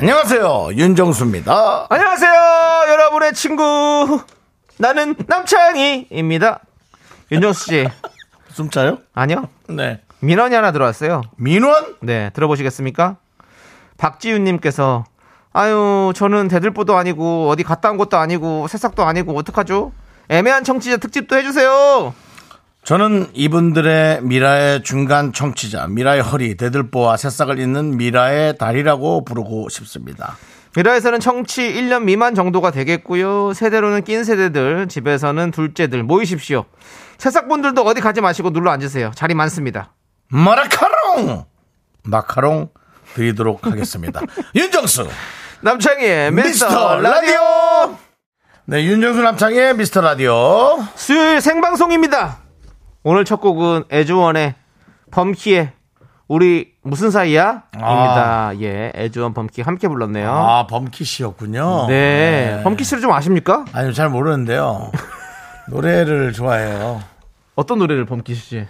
안녕하세요 윤정수입니다 안녕하세요, 여러분의 친구. 나는 남창희입니다. 윤정수 씨. 숨차요? 아니요. 네 민원이 하나 들어왔어요. 민원? 네, 들어보시겠습니까? 박지윤님께서, 아유, 저는 대들보도 아니고, 어디 갔다 온 것도 아니고, 새싹도 아니고, 어떡하죠? 애매한 청취자 특집도 해주세요! 저는 이분들의 미라의 중간 청취자 미라의 허리 대들보와 새싹을 잇는 미라의 다리라고 부르고 싶습니다 미라에서는 청취 1년 미만 정도가 되겠고요. 세대로는 낀 세대들, 집에서는 둘째들 모이십시오. 새싹분들도 어디 가지 마시고 눌러 앉으세요. 자리 많습니다. 마라카롱 마카롱 드리도록 하겠습니다 윤정수 남창희의 미스터 미스터 라디오! 라디오 네 윤정수 남창의 미스터 라디오 수요일 생방송입니다. 오늘 첫 곡은 애주원의 범키의 우리 무슨 사이야? 입니다. 예, 애주원 범키 함께 불렀네요. 아 범키 씨였군요 네. 범키 씨를 좀 아십니까? 아니요, 잘 모르는데요. 노래를 좋아해요. 어떤 노래를 범키 씨?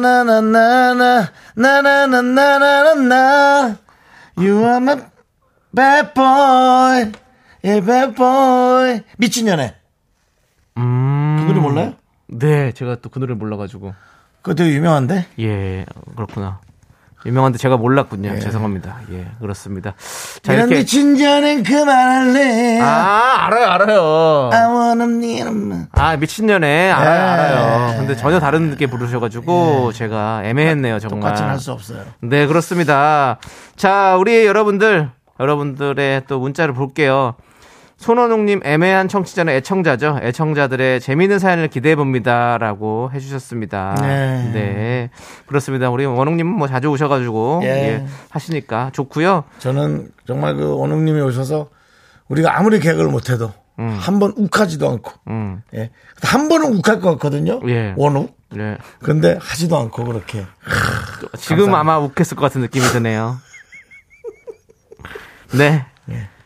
나나나나나나나나나나 나나나나나나나 You are my bad boy, yeah, bad boy. 미친 연애. 그 노래 몰라요? 음. 네, 제가 또 그 노래를 몰라가지고. 그거 되게 유명한데? 예, 그렇구나. 유명한데 제가 몰랐군요. 죄송합니다. 예, 그렇습니다. 자, 이런 이렇게. 미친 연애 그만할래. 아, 알아요, 알아요. I wanna need a man. 아, 미친년에. 알아요, 예. 알아요. 근데 전혀 다른 게 부르셔가지고 제가 애매했네요, 정말. 네. 똑같이는 할 수 없어요. 네, 그렇습니다. 자, 우리 여러분들, 여러분들의 또 문자를 볼게요. 손원웅님 애매한 청취자는 애청자죠. 애청자들의 재미있는 사연을 기대해 봅니다라고 해주셨습니다. 네. 네, 그렇습니다. 우리 원웅님은 뭐 자주 오셔가지고 예. 예, 하시니까 좋고요. 저는 정말 그 원웅님이 오셔서 우리가 아무리 개그를 못해도 한 번 욱하지도 않고 음, 예. 한 번은 욱할 것 같거든요. 예. 원욱. 네. 근데 하지도 않고 그렇게. 지금 아마 욱했을 것 같은 느낌이 드네요. 네.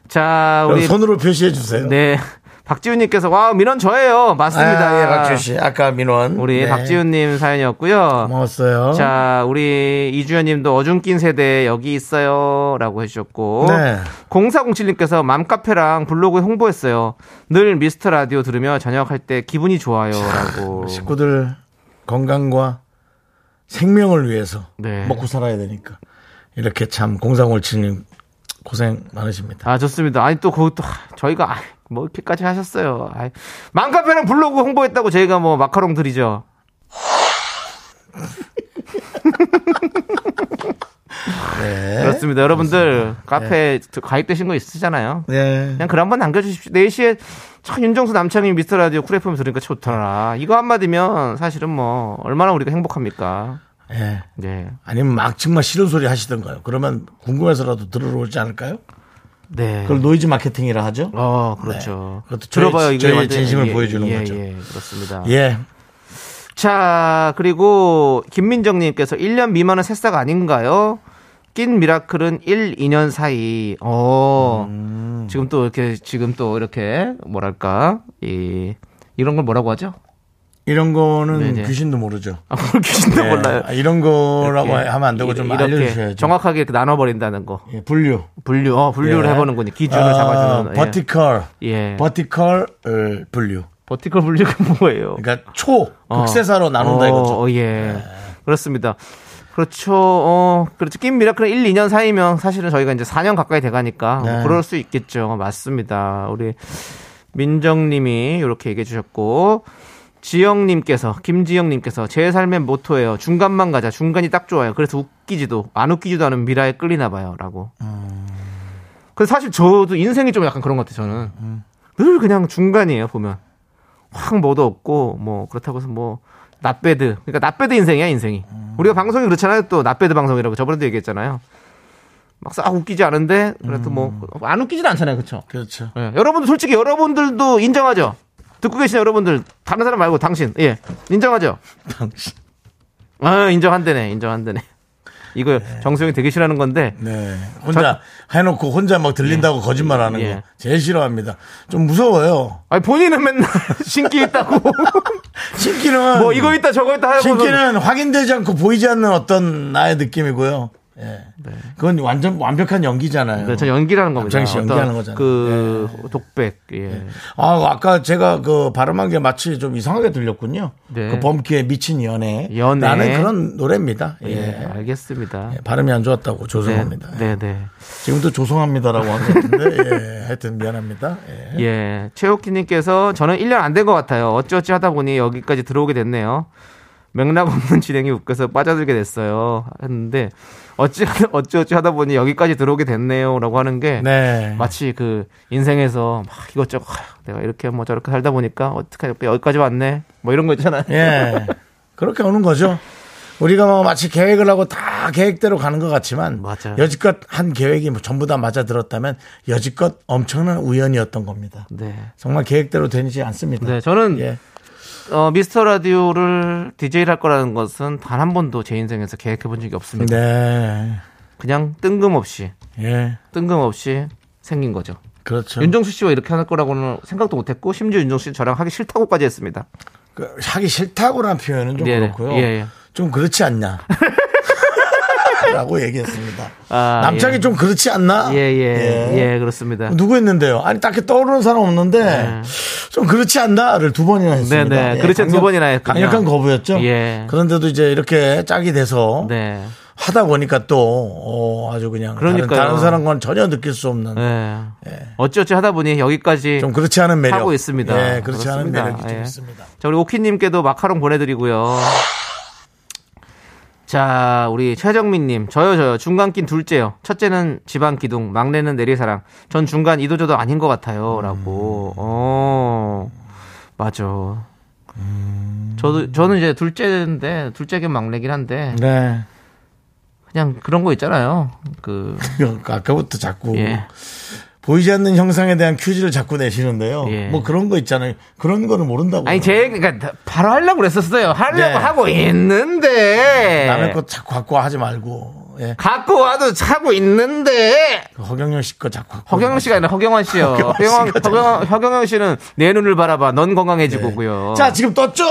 자, 여러분 우리 예. 손으로 표시해 주세요. 네. 박지훈님께서 와 민원 저예요. 맞습니다. 아, 예, 박지훈 씨. 아까 민원. 우리 네. 박지훈님 사연이었고요. 고마웠어요. 자, 우리 이주연님도 어중낀 세대 여기 있어요라고 해주셨고, 네. 0407님께서 맘카페랑 블로그 홍보했어요. 늘 미스터 라디오 들으며 저녁할 때 기분이 좋아요라고. 식구들 건강과 생명을 위해서 네. 먹고 살아야 되니까 이렇게 참 공상올치님 고생 많으십니다. 아 좋습니다. 아니 또 그것도 하, 저희가 아, 뭐 이렇게까지 하셨어요. 아이, 맘카페랑 블로그 홍보했다고 저희가 뭐 마카롱 드리죠. 네. 그렇습니다. 여러분들 카페 가입되신 거 있으시잖아요. 네. 그냥 글 한 번 남겨주십시오. 4시에 참 윤정수 남창희 미스터 라디오 쿨 FM 들으니까 좋더라. 이거 한마디면 사실은 뭐 얼마나 우리가 행복합니까? 예. 네. 아니면 막 정말 싫은 소리 하시던가요? 그러면 궁금해서라도 들으러 오지 않을까요? 네. 그걸 노이즈 마케팅이라 하죠. 어, 그렇죠. 네. 그것도 들어봐요. 저희- 이게 저희의 완전히- 진심을 보여주는 예, 거죠. 예, 그렇습니다. 예. 자, 그리고 김민정님께서 1년 미만은 새싹 아닌가요? 낀 미라클은 1, 2년 사이. 어, 음. 지금 또 이렇게, 지금 또 이렇게, 뭐랄까, 이, 이런 걸 뭐라고 하죠? 이런 거는 네네. 귀신도 모르죠. 아, 그걸 귀신도 예. 몰라요. 아, 이런 거라고 이렇게, 하면 안 되고 좀 이렇게 알려주셔야죠. 정확하게 이렇게 나눠버린다는 거. 예, 분류. 분류, 어, 분류를 예. 해보는 거니 기준을 아, 잡아주는. 버티컬. 예. 버티컬 어, 분류. 버티컬 분류가 뭐예요? 그러니까 초 어. 극세사로 나눈다 어, 이거죠. 네. 어, 예. 그렇습니다. 그렇죠. 어, 그렇죠. 낀 미라클은 1, 2년 사이면 사실은 저희가 이제 4년 가까이 돼가니까 뭐 네. 그럴 수 있겠죠. 어, 맞습니다. 우리 민정님이 이렇게 얘기해 주셨고. 지영님께서, 김지영님께서 제 삶의 모토예요. 중간만 가자. 중간이 딱 좋아요. 그래서 웃기지도, 안 웃기지도 않은 미라에 끌리나 봐요. 라고. 음. 근데 사실 저도 인생이 좀 약간 그런 것 같아요. 저는. 음. 늘 그냥 중간이에요. 보면. 확 뭐도 없고 뭐 그렇다고 해서 뭐 나배드 음. 그러니까 나배드 인생이야 인생이 우리가 방송이 그렇잖아요 또 나배드 방송이라고 저번에도 얘기했잖아요 막상 웃기지 않은데 그래도 뭐 음. 안 웃기진 않잖아요, 그렇죠? 그렇죠. 예, 여러분들 솔직히 여러분들도 인정하죠. 듣고 계신 여러분들 다른 사람 말고 당신 예 인정하죠. 당신. 아 인정한대네 인정한대네. 이거 정수영이 되게 싫어하는 건데 네. 혼자 해놓고 혼자 막 들린다고 거짓말하는 예. 거 제일 싫어합니다. 좀 무서워요. 아니 본인은 맨날 신기 있다고 신기는 뭐 이거 있다 저거 있다 하고 신기는 확인되지 않고 보이지 않는 어떤 나의 느낌이고요. 예. 그건 완전 완벽한 연기잖아요. 네, 저 연기라는 겁니다. 남창희 씨 어떤 연기하는 거잖아요. 네. 그 독백 예. 아, 아까 제가 그 발음한 게 마치 좀 이상하게 들렸군요. 네. 그 범키의 미친 연애. 연애. 나는 그런 노래입니다. 예. 예, 알겠습니다. 예, 발음이 안 좋았다고 네, 죄송합니다. 예. 네, 네. 지금도 죄송합니다라고 한 것 같은데, 예. 하여튼 미안합니다. 예. 예. 최옥희님께서 저는 1년 안 된 것 같아요. 어찌어찌 하다 보니 여기까지 들어오게 됐네요. 맥락 없는 진행이 웃겨서 빠져들게 됐어요. 했는데 어찌 어찌어찌 하다 보니 여기까지 들어오게 됐네요라고 하는 게 네. 마치 그 인생에서 막 이것저것 하, 내가 이렇게 뭐 저렇게 살다 보니까 어떻게 여기까지 왔네 뭐 이런 거 있잖아요. 예. 그렇게 오는 거죠. 우리가 뭐 마치 계획을 하고 다 계획대로 가는 것 같지만 맞아요. 여지껏 한 계획이 뭐 전부 다 맞아들었다면 여지껏 엄청난 우연이었던 겁니다. 네. 정말 계획대로 되지 않습니다. 네, 저는 예. 어, 미스터 라디오를 DJ를 할 거라는 것은 단 한 번도 제 인생에서 계획해 본 적이 없습니다. 네. 그냥 뜬금없이, 예. 뜬금없이 생긴 거죠. 그렇죠. 윤정수 씨와 이렇게 할 거라고는 생각도 못 했고, 심지어 윤정수 씨 저랑 하기 싫다고까지 했습니다. 그, 하기 싫다고란 표현은 좀 예, 그렇고요. 예, 예. 좀 그렇지 않냐. 라고 얘기했습니다. 아, 남창이 예. 좀 그렇지 않나? 예, 예, 예, 그렇습니다. 누구 했는데요? 아니, 딱히 떠오르는 사람 없는데, 좀 그렇지 않나를 두 번이나 했습니다. 예, 네, 네. 그렇지 두 번이나 했군요. 강력한 거부였죠? 예. 그런데도 이제 이렇게 짝이 돼서 네. 하다 보니까 또, 어, 아주 그냥. 다른, 그러니까요. 다른 사람과는 전혀 느낄 수 없는. 예. 어찌어찌 하다 보니 여기까지 좀 그렇지 않은 매력. 하고 있습니다. 예, 그렇지 않은 그렇습니다. 매력이 좀 예. 있습니다. 자, 우리 오키님께도 마카롱 보내드리고요. 자, 우리 최정민님. 저요, 저요. 중간 낀 둘째요. 첫째는 집안 기둥, 막내는 내리사랑. 전 중간 이도저도 아닌 것 같아요. 음. 라고. 어, 맞아. 음. 저도, 저는 이제 둘째인데, 둘째긴 막내긴 한데, 네. 그냥 그런 거 있잖아요. 그, 아까부터 자꾸. 예. 보이지 않는 형상에 대한 퀴즈를 자꾸 내시는데요. 예. 뭐 그런 거 있잖아요. 그런 거는 모른다고. 아니, 제, 그니까, 바로 하려고 그랬었어요. 하려고 네. 하고 있는데. 남의 거 자꾸 갖고 하지 말고. 예. 그 갖고 와도 차고 있는데 허경영 씨 거 자꾸 갖고. 허경영 씨가 아니라 허경환 씨요. 허경환 허경환, 씨가 허경환, 허경영 씨는 내 눈을 바라봐. 넌 건강해지고고요. 네. 자, 지금 떴죠?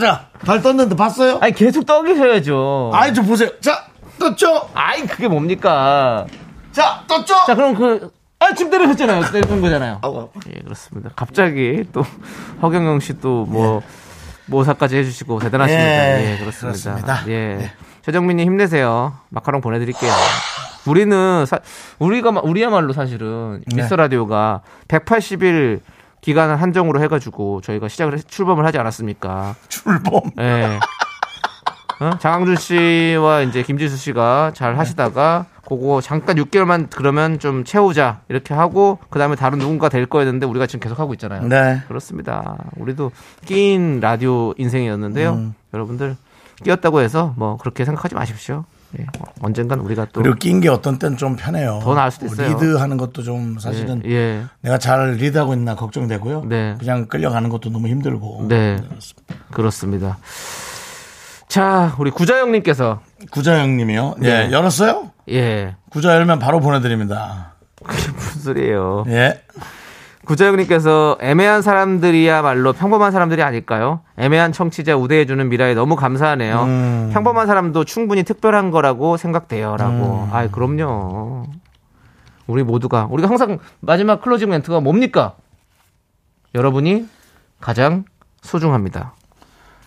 자, 발 떴는데 봤어요? 아니 계속 떠계셔야죠. 아이, 좀 보세요. 자, 떴죠? 아이 그게 뭡니까? 자, 떴죠? 자 그럼 그 아, 지금 때리셨잖아요. 때리는 거잖아요. 아우, 아파. 예, 그렇습니다. 갑자기 또 허경영 씨 또 뭐 모사까지 해주시고 대단하십니다. 예, 예, 그렇습니다. 그렇습니다. 예. 최정민님 힘내세요. 마카롱 보내드릴게요. 우리는 사- 우리가 마- 우리야말로 사실은 네. 미스터 라디오가 180일 기간을 한정으로 해가지고 저희가 시작을 했- 출범을 하지 않았습니까? 출범. 예. 어? 장항준 씨와 이제 김지수 씨가 잘 하시다가 그거 잠깐 6개월만 그러면 좀 채우자 이렇게 하고 그 다음에 다른 누군가 될 거였는데 우리가 지금 계속 하고 있잖아요. 네. 그렇습니다. 우리도 끼인 라디오 인생이었는데요. 음. 여러분들 끼었다고 해서 뭐 그렇게 생각하지 마십시오. 예. 언젠간 우리가 또 그리고 낀 게 어떤 때는 좀 편해요. 뭐 더 나을 수도 있어요. 리드 하는 것도 좀 사실은 예, 예. 내가 잘 리드하고 있나 걱정되고요. 네. 그냥 끌려가는 것도 너무 힘들고. 네 그렇습니다. 자 우리 구자영님께서 구자영님이요. 네. 예, 열었어요? 예 구자 열면 바로 보내드립니다. 그게 무슨 소리예요? 예. 구자영님께서 애매한 사람들이야말로 평범한 사람들이 아닐까요? 애매한 청취자 우대해주는 미라에 너무 감사하네요. 음. 평범한 사람도 충분히 특별한 거라고 음. 생각돼요라고. 아이 그럼요. 우리 모두가 우리가 항상 마지막 클로징 멘트가 뭡니까? 여러분이 가장 소중합니다.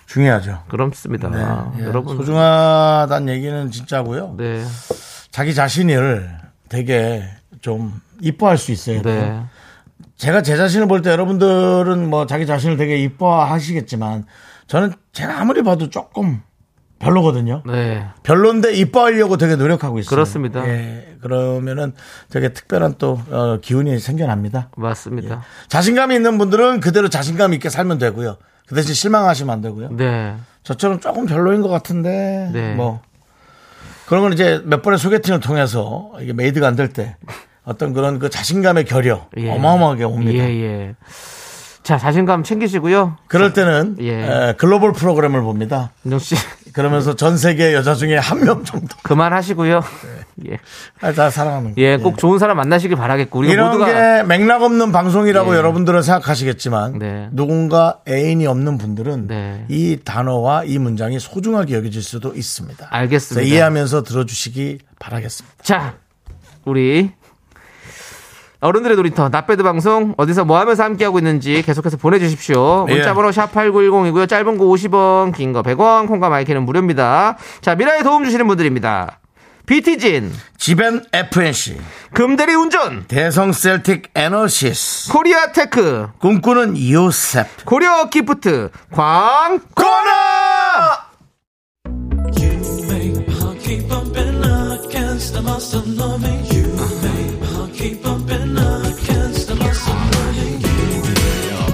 중요하죠. 그렇습니다. 예. 여러분. 소중하다는 얘기는 진짜고요. 네. 자기 자신을 되게 좀 이뻐할 수 있어요. 네. 제가 제 자신을 볼 때 여러분들은 뭐 자기 자신을 되게 이뻐하시겠지만 저는 제가 아무리 봐도 조금 별로거든요. 네. 별론데 이뻐하려고 되게 노력하고 있어요. 그렇습니다. 예, 그러면은 되게 특별한 또 어, 기운이 생겨납니다. 맞습니다. 자신감이 있는 분들은 그대로 자신감 있게 살면 되고요. 그 예. 대신 실망하시면 안 되고요. 네. 저처럼 조금 별로인 것 같은데 네. 뭐 그런 건 이제 몇 번의 소개팅을 통해서 이게 메이드가 안 될 때 어떤 그런 그 자신감의 결여 예. 어마어마하게 옵니다. 예, 예. 자, 자신감 챙기시고요. 그럴 때는 예. 에, 글로벌 프로그램을 봅니다. 윤정 씨, 그러면서 전 세계 여자 중에 한 명 정도 그만하시고요. 예. 아, 다 사랑하는 거. 예, 꼭 좋은 사람 만나시길 바라겠고, 우리가 이런 모두가. 게 맥락 없는 방송이라고 예. 여러분들은 생각하시겠지만 네. 누군가 애인이 없는 분들은 네. 이 단어와 이 문장이 소중하게 여겨질 수도 있습니다. 알겠습니다. 그래서 이해하면서 들어주시기 바라겠습니다. 자, 우리 어른들의 놀이터 나빼드 방송 어디서 뭐 하면서 함께하고 있는지 계속해서 보내주십시오. 예. 문자번호 샵8910이고요. 짧은 거 50원, 긴 거 100원, 콩과 마이크는 무료입니다. 자, 미라에 도움 주시는 분들입니다. BT진, 지벤 FNC, 금대리 운전, 대성 셀틱 에너시스, 코리아 테크, 꿈꾸는 요셉, 고려 기프트, 광, 코너!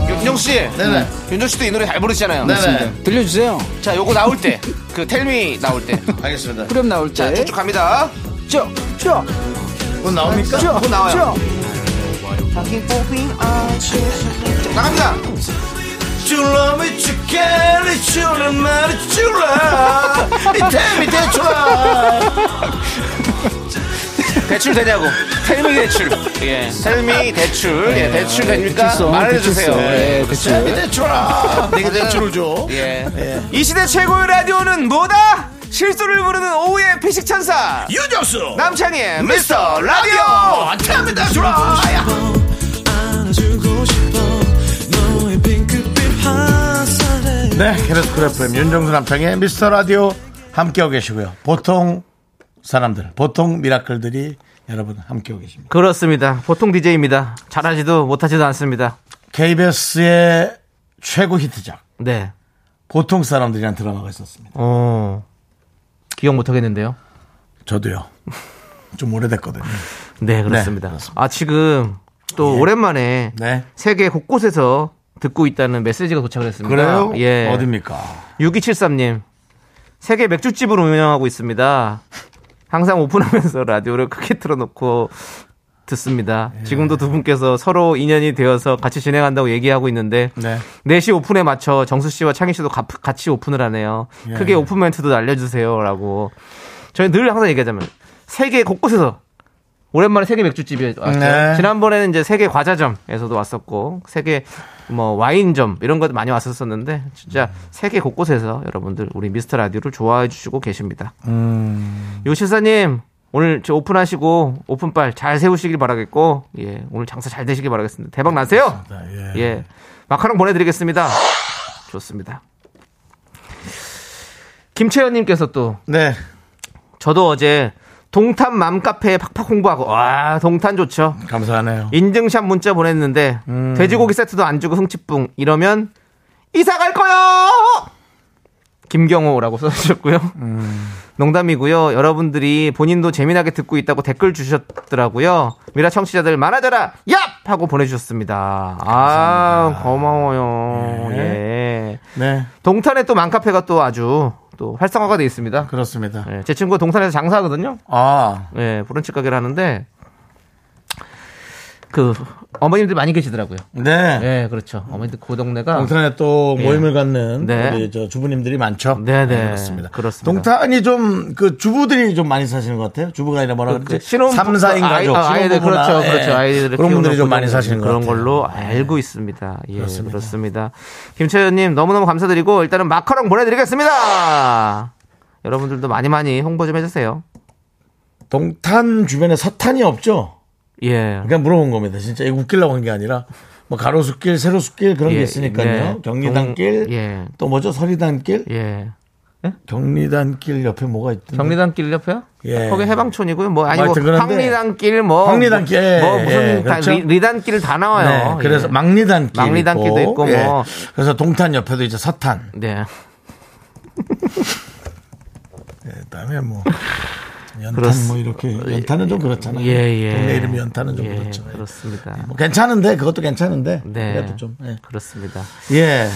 윤정씨 네네. 윤정씨도 이 노래 잘 부르시잖아요 네네. 들려주세요. 자 요거 나올 때그 텔미 나올 때 알겠습니다. 후렴 나올 때. 쭉쭉 갑니다 쭉, 쭉, 그건 나옵니까? 쭉 쭉. 나와요. 나갑니다 You love me, you care, it's you love me, it's you love. It tell me that you love. 대출 되냐고 텔미 대출 예 텔미 대출 예 대출 됩니까 네, 대출성, 말해주세요 대출성. 예. 네, 예, Tell 대출. me that you love. 내가 대출을 줘. 예. 이 시대 최고의 라디오는 뭐다? 실수를 부르는 오후의 피식 천사 유정수 남창희의 미스터 라디오 라디오 Tell me that you love. 네, KBS 쿨 FM 윤정수 남창의 미스터 라디오 함께하고 계시고요. 보통 사람들, 보통 미라클들이 여러분 함께하고 계십니다. 그렇습니다. 보통 DJ입니다. 잘하지도 못하지도 않습니다. KBS의 최고 히트작 네. 보통 사람들이란 드라마가 있었습니다. 어, 기억 못하겠는데요. 저도요. 좀 오래됐거든요. 네, 그렇습니다. 그렇습니다. 예. 아, 지금 또 오랜만에 네. 세계 곳곳에서 듣고 있다는 메시지가 도착을 했습니다. 그래요? 예. 어딥니까? 6273님. 세계 맥주집을 운영하고 있습니다. 항상 오픈하면서 라디오를 크게 틀어놓고 듣습니다. 예. 지금도 두 분께서 서로 인연이 되어서 같이 진행한다고 얘기하고 있는데 네. 4시 오픈에 맞춰 정수 씨와 창희 씨도 가- 같이 오픈을 하네요. 예. 크게 오픈 멘트도 날려주세요라고. 저희 늘 항상 얘기하자면 세계 곳곳에서 오랜만에 세계 맥주집에 왔어요. 네. 지난번에는 이제 세계 과자점에서도 왔었고 세계 뭐 와인점 이런 것도 많이 왔었었는데 진짜 세계 곳곳에서 여러분들 우리 미스터 라디오를 좋아해 주시고 계십니다. 음. 요실사님 오늘 저 오픈하시고 오픈빨 잘 세우시길 바라겠고 예 오늘 장사 잘 되시길 바라겠습니다. 대박 나세요. 예. 예. 마카롱 보내드리겠습니다. 좋습니다. 김채연님께서 또, 네. 저도 어제 동탄 맘카페에 팍팍 홍보하고, 와, 동탄 좋죠. 감사하네요. 인증샷 문자 보냈는데, 돼지고기 세트도 안 주고 흥칫뿡. 이러면, 이사 갈 거요! 김경호라고 써주셨고요. 농담이고요. 여러분들이 본인도 재미나게 듣고 있다고 댓글 주셨더라고요. 미라 청취자들 많아져라! 얍! 하고 보내주셨습니다. 아, 고마워요. 예. 예. 네. 동탄에 또 맘카페가 또 아주 또 활성화가 돼 있습니다. 그렇습니다. 예, 제 친구가 동탄에서 장사하거든요. 아, 예, 브런치 가게를 하는데, 그, 어머님들 많이 계시더라고요. 네. 예, 그렇죠. 어머니들 그 동네가. 동탄에 또 예. 모임을 갖는 네. 우리 저 주부님들이 많죠. 네, 네. 그렇습니다. 그렇습니다. 동탄이 좀 그 주부들이 좀 많이 사시는 것 같아요. 주부가 아니라 뭐라 그 그러지? 신혼부부, 3, 4인 아이- 가족. 아, 아이들 신혼부부나, 그렇죠, 예, 그렇죠. 아이들을 그런 분들이 키우는 좀 많이 분들, 사시는 것 그런 같아요. 예. 걸로 알고 있습니다. 예, 그렇습니다. 김채연님 너무너무 감사드리고 일단은 마카롱 보내드리겠습니다. 여러분들도 많이 많이 홍보 좀 해주세요. 동탄 주변에 서탄이 없죠? 예, 그러니까 물어본 겁니다. 진짜 이거 웃기려고 한 게 아니라 뭐 가로수길, 세로수길 그런 예, 게 있으니까요. 네. 경리단길, 동- 예. 또 뭐죠? 서리단길, 예. 경리단길 옆에 뭐가 있던데? 경리단길 옆에요? 예. 거기 해방촌이고요. 뭐 아니 뭐 하여튼 그런데 황리단길 뭐 황리단길, 예, 뭐 무슨 예, 다 그렇죠? 리, 단길 다 나와요. 네, 그래서 예. 막리단길, 막리단길도 있고, 뭐. 그래서 동탄 옆에도 이제 서탄, 네. 네, 그다음에 뭐 연탄 그렇습- 어, 뭐 이렇게 연탄은 좀 그렇잖아요. 예, 예. 동네 이름이 연탄은 좀 그렇죠. 예, 그렇잖아요. 그렇습니다. 뭐 괜찮은데 그것도 괜찮은데 네. 그래도 좀 예. 그렇습니다. 예.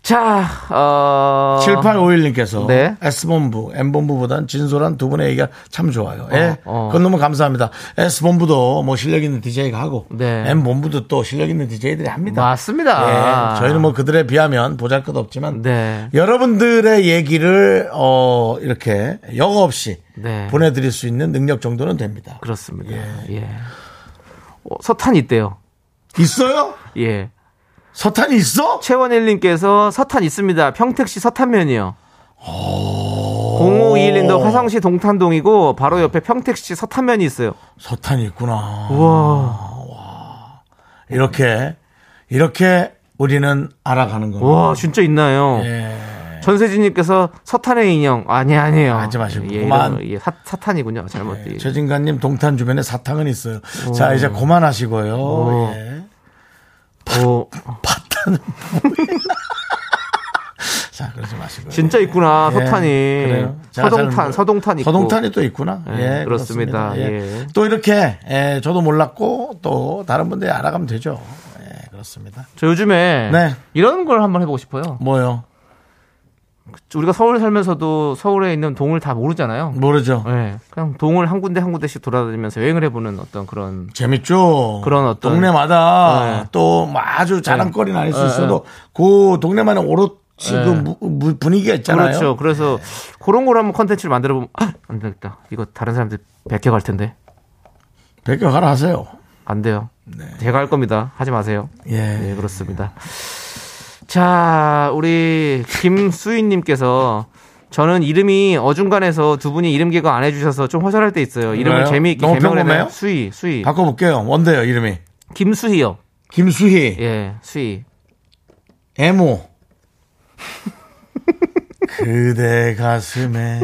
자, 어. 7851님께서 네. S본부, M본부보단 진솔한 두 분의 얘기가 참 좋아요. 예. 어. 그건 너무 감사합니다. S본부도 뭐 실력 있는 DJ가 하고 네. M본부도 또 실력 있는 DJ들이 합니다. 맞습니다. 예. 저희는 뭐 그들에 비하면 보잘 것 없지만 네. 여러분들의 얘기를 어, 이렇게 여과 없이 네. 보내드릴 수 있는 능력 정도는 됩니다. 그렇습니다. 예. 어, 서탄이 있대요. 있어요? 예. 서탄이 있어? 최원일님께서 서탄 있습니다. 평택시 서탄면이요. 0521님도 화성시 동탄동이고 바로 옆에 평택시 서탄면이 있어요. 서탄이 있구나. 우와, 이렇게 이렇게 우리는 알아가는 겁니다. 우와 진짜 있나요? 예. 전세진님께서 서탄의 인형 아니 아니에요. 하지 마시고 예, 그만. 이런 거, 예, 사, 사탄이군요. 잘못 예, 최진관님 동탄 주변에 사탕은 있어요. 자 이제 그만하시고요. 예. 오, 자 그러지 마시고요. 진짜 있구나 예, 서탄이 그래요. 제가 잘 아, 서동탄 모르- 서동탄 있고 서동탄이 또 있구나. 예, 예, 그렇습니다. 예. 또 이렇게 예, 저도 몰랐고 또 다른 분들이 알아가면 되죠. 예, 그렇습니다. 저 요즘에 네. 이런 걸 한번 해보고 싶어요. 뭐요? 우리가 서울 살면서도 서울에 있는 동을 다 모르잖아요. 모르죠. 예, 그냥 동을 한 군데 한 군데씩 돌아다니면서 여행을 해보는 어떤 그런 재밌죠. 그런 어떤- 동네마다 네. 또뭐 아주 자랑거리는 아닐 수 네. 있어도 그 동네만의 오롯이 그 무- 무- 분위기가 있잖아요. 예. 네. 그렇죠. 그래서 그런 걸 한번 컨텐츠를 만들어 보면 아, 안 되겠다. 이거 다른 사람들 베껴갈 텐데 백격하라 하세요. 안 돼요. 네. 제가 할 겁니다. 하지 마세요. 예. 네, 그렇습니다. 자, 우리 김수인님께서 저는 이름이 어중간해서 두 분이 이름 개그 안 해주셔서 좀 허전할 때 있어요. 이름을 그래요? 재미있게 너무 개명을 해요. 평범해요? 수희, 수희. 바꿔볼게요. 뭔데요, 이름이? 김수희요. 김수희, 예, 수희. 애모. 그대 가슴에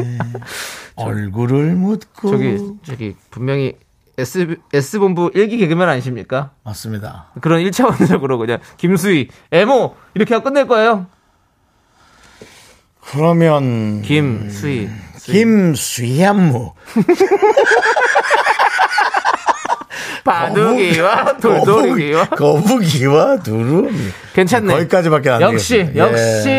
얼굴을 묻고. 저기, 저기, 분명히 S, S본부 일기 개그맨 아니십니까? 맞습니다. 그런 1차원적으로 그냥 김수희, 에모! 이렇게 하고 끝낼 거예요. 그러면 김수희. 김수현무 바둑이와 돌돌이와. 거북이와 두루미. 괜찮네. 거기까지밖에 안 역시 되겠습니다. 예.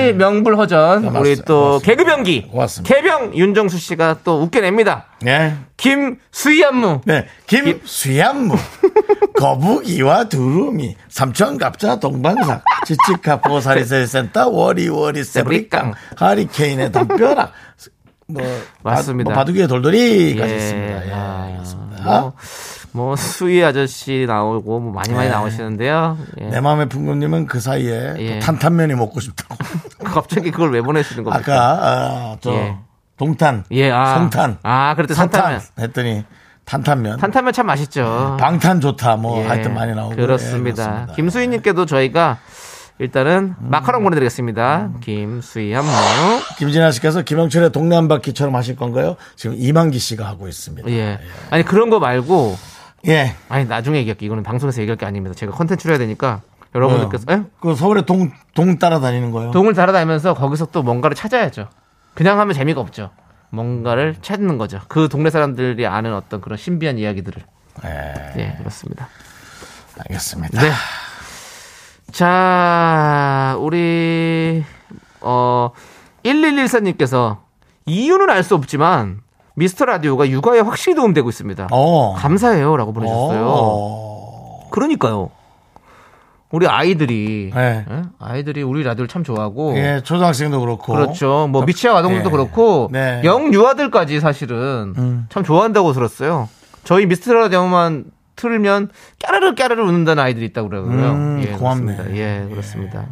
역시 명불허전 맞습니다. 우리 또 맞습니다. 개그 병기 고맙습니다. 개병 윤정수 씨가 또 웃겨냅니다. 네. 김수희 안무 네. 김수현무 거북이와 두루미. 삼천갑자 동방사. 지치카 보사리셀센터 워리워리 세브리깡. 하리케인의 담벼락. 뭐, 바- 맞습니다. 뭐 바둑이의 돌돌이까지 있습니다. 예. 예. 아, 그렇습니다. 뭐, 뭐 수희 아저씨 나오고 뭐 많이 많이 예. 나오시는데요. 예. 내 마음의 풍금님은 그 사이에 또 예. 탄탄면이 먹고 싶다고. 갑자기 그걸 왜 보내시는 겁니까? 아까 아, 저 예. 동탄, 예, 아. 성탄, 아, 그래도 산탄면. 했더니 탄탄면, 탄탄면 음, 참 맛있죠. 방탄 좋다 뭐 예. 하여튼 많이 나오고 예, 그렇습니다. 그렇습니다. 음. 김수희님께도 저희가 일단은 마카롱 보내드리겠습니다. 김수희 안무 김진아 씨께서 김영철의 동네 한 바퀴처럼 하실 건가요? 지금 이만기 씨가 하고 있습니다. 예, 예. 아니 그런 거 말고 아니 나중에 얘기할게 이거는 방송에서 얘기할 게 아닙니다 제가 컨텐츠를 해야 되니까 여러분들께서 예? 그 서울에 동, 동 따라다니는 거요. 동을 달아다니면서 거기서 또 뭔가를 찾아야죠 그냥 하면 재미가 없죠 뭔가를 찾는 거죠 그 동네 사람들이 아는 어떤 그런 신비한 이야기들을 예, 예 그렇습니다 알겠습니다. 네. 자 우리 어 1114님께서 이유는 알 수 없지만 미스터 라디오가 육아에 확실히 도움되고 있습니다 어. 감사해요라고 보내셨어요 어. 그러니까요. 우리 아이들이 네. 예? 아이들이 우리 라디오를 참 좋아하고 예, 초등학생도 그렇고. 그렇죠. 뭐 미취학 아동들도 예. 그렇고 네. 음. 영유아들까지 사실은 참 좋아한다고 들었어요. 저희 미스터 라디오만 틀면 까르르 까르르 웃는다는 아이들이 있다고 그래요. 음, 예, 고맙네. 그렇습니다. 예, 그렇습니다.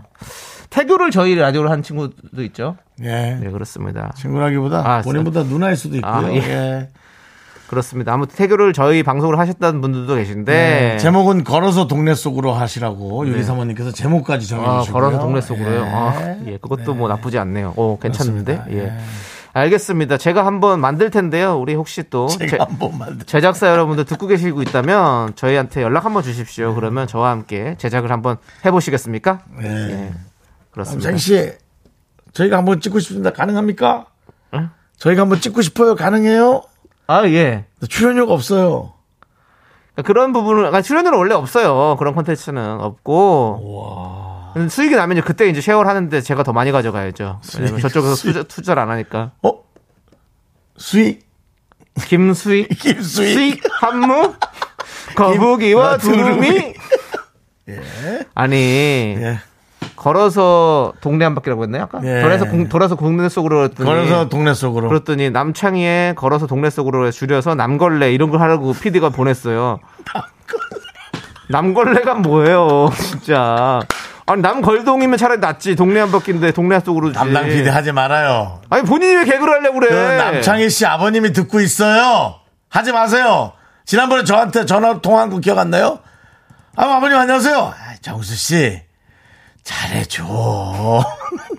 태교를 저희 라디오로 한 친구도 있죠. 예. 네, 그렇습니다. 친구라기보다 아, 본인보다 누나일 수도 있고요. 아, 예. 예. 그렇습니다. 아무튼 태교를 저희 방송으로 하셨다는 분들도 계신데 네, 제목은 걸어서 동네 속으로 하시라고 유리 사모님께서 제목까지 네. 아, 정해주시고요. 걸어서 동네 속으로요. 예. 아, 예, 그것도 뭐 나쁘지 않네요. 오, 괜찮은데. 그렇습니다. 예. 예. 알겠습니다. 제가 한번 만들 텐데요. 우리 혹시 또 제가 제, 한번 만들. 제작사 여러분들 듣고 계시고 있다면 저희한테 연락 한번 주십시오. 네. 그러면 저와 함께 제작을 한번 해보시겠습니까? 예. 그렇습니다. 남창희 씨, 저희가 한번 찍고 싶습니다. 가능합니까? 어? 응? 저희가 한번 찍고 싶어요. 가능해요? 아, 예. 그러니까 출연료가 없어요. 그런 부분을, 아, 출연료는 원래 없어요. 그런 콘텐츠는 없고. 음, 수익이 나면 이제 그때 이제 쉐어를 하는데 제가 더 많이 가져가야죠. 왜냐면 수익, 저쪽에서 수익. 투자, 투자를 안 하니까. 어? 수익? 김수익, 김수익? 수익, 한무, 거북이와 김- 아, 두루미. 두루미. 아니 예. 걸어서 동네 한 바퀴라고 했나요? 아까 예. 돌아서 공, 돌아서 동네 속으로 그랬더니 걸어서 동네 속으로. 그랬더니 남창희에 걸어서 동네 속으로 줄여서 남걸레 이런 걸 하라고 PD가 보냈어요. 남걸레가 뭐예요, 진짜. 아니 남걸동이면 차라리 낫지 동네 한 바퀴인데 동네 속으로 지 담당 PD 하지 말아요. 아니 본인이 왜 개그를 하려고 그래? 그 남창희 씨 아버님이 듣고 있어요. 하지 마세요. 지난번에 저한테 전화 통화한 거 기억 안 나요? 아, 아버님 안녕하세요. 아, 정수 씨. 잘해줘.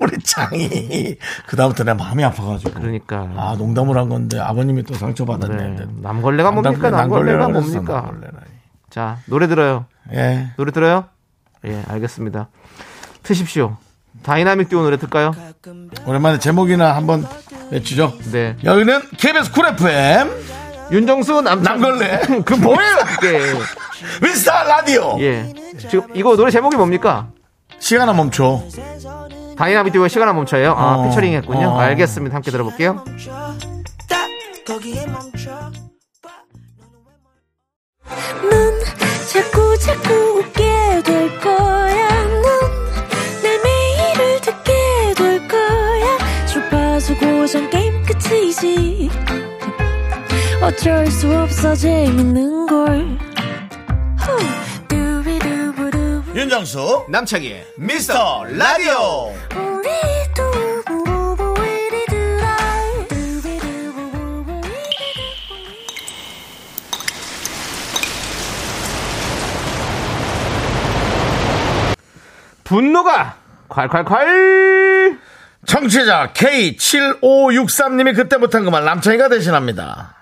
우리 창이. 그다음부터 내 마음이 아파가지고. 그러니까. 아, 농담을 한 건데 아버님이 또 상처받았네. 네. 남걸레가 뭡니까? 남걸레가 그랬어, 뭡니까? 남걸레라니. 자 노래 들어요. 예. 노래 들어요? 예, 알겠습니다. 트십시오. 다이나믹 듀오 노래 들까요? 오랜만에 제목이나 한번 외치죠. 네. 여기는 KBS 쿨 FM 윤정수 남 남걸레. 그 뭐예요 그게? 미스터 라디오. 예. 지금 이거 노래 제목이 뭡니까? 시간아 멈춰. 다이나믹 듀오 시간 안 멈춰요. 아, 어, 피처링 했군요. 어. 알겠습니다. 함께 들어볼게요. 딱 거기에 멈춰 넌 자꾸 자꾸 웃게 될 거야. 넌내 매일을 듣게 될 거야. 주파수 고정 게임 끝이지. 어쩔 수 없어 재밌는 걸. 후. 두비두부두부. 윤정수 남창희의 미스터 라디오. 우리 두부부부 우리 두라. 두비두부부부 우리 두부부. 분노가 콸콸콸. 청취자 K7563님이 그때 못한 그 말 남창희가 대신합니다.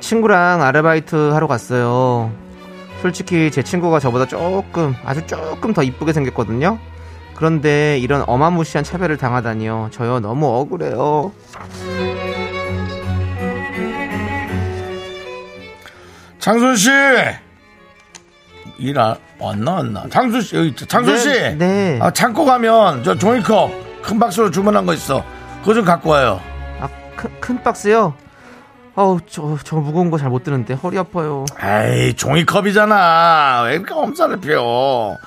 친구랑 아르바이트 하러 갔어요. 솔직히 제 친구가 저보다 조금 아주 조금 더 이쁘게 생겼거든요. 그런데 이런 어마무시한 차별을 당하다니요. 저요 너무 억울해요. 장순 씨. 일 안 나왔나? 장순 씨, 여기 있죠. 장순 네, 씨. 네. 아, 창고 가면 저 종이컵 큰 박스로 주문한 거 있어. 그거 좀 갖고 와요. 아, 큰, 큰 박스요? 어우, 저, 저 무거운 거 잘 못 드는데 허리 아파요. 에이 종이컵이잖아 왜 이렇게 엄살을 피워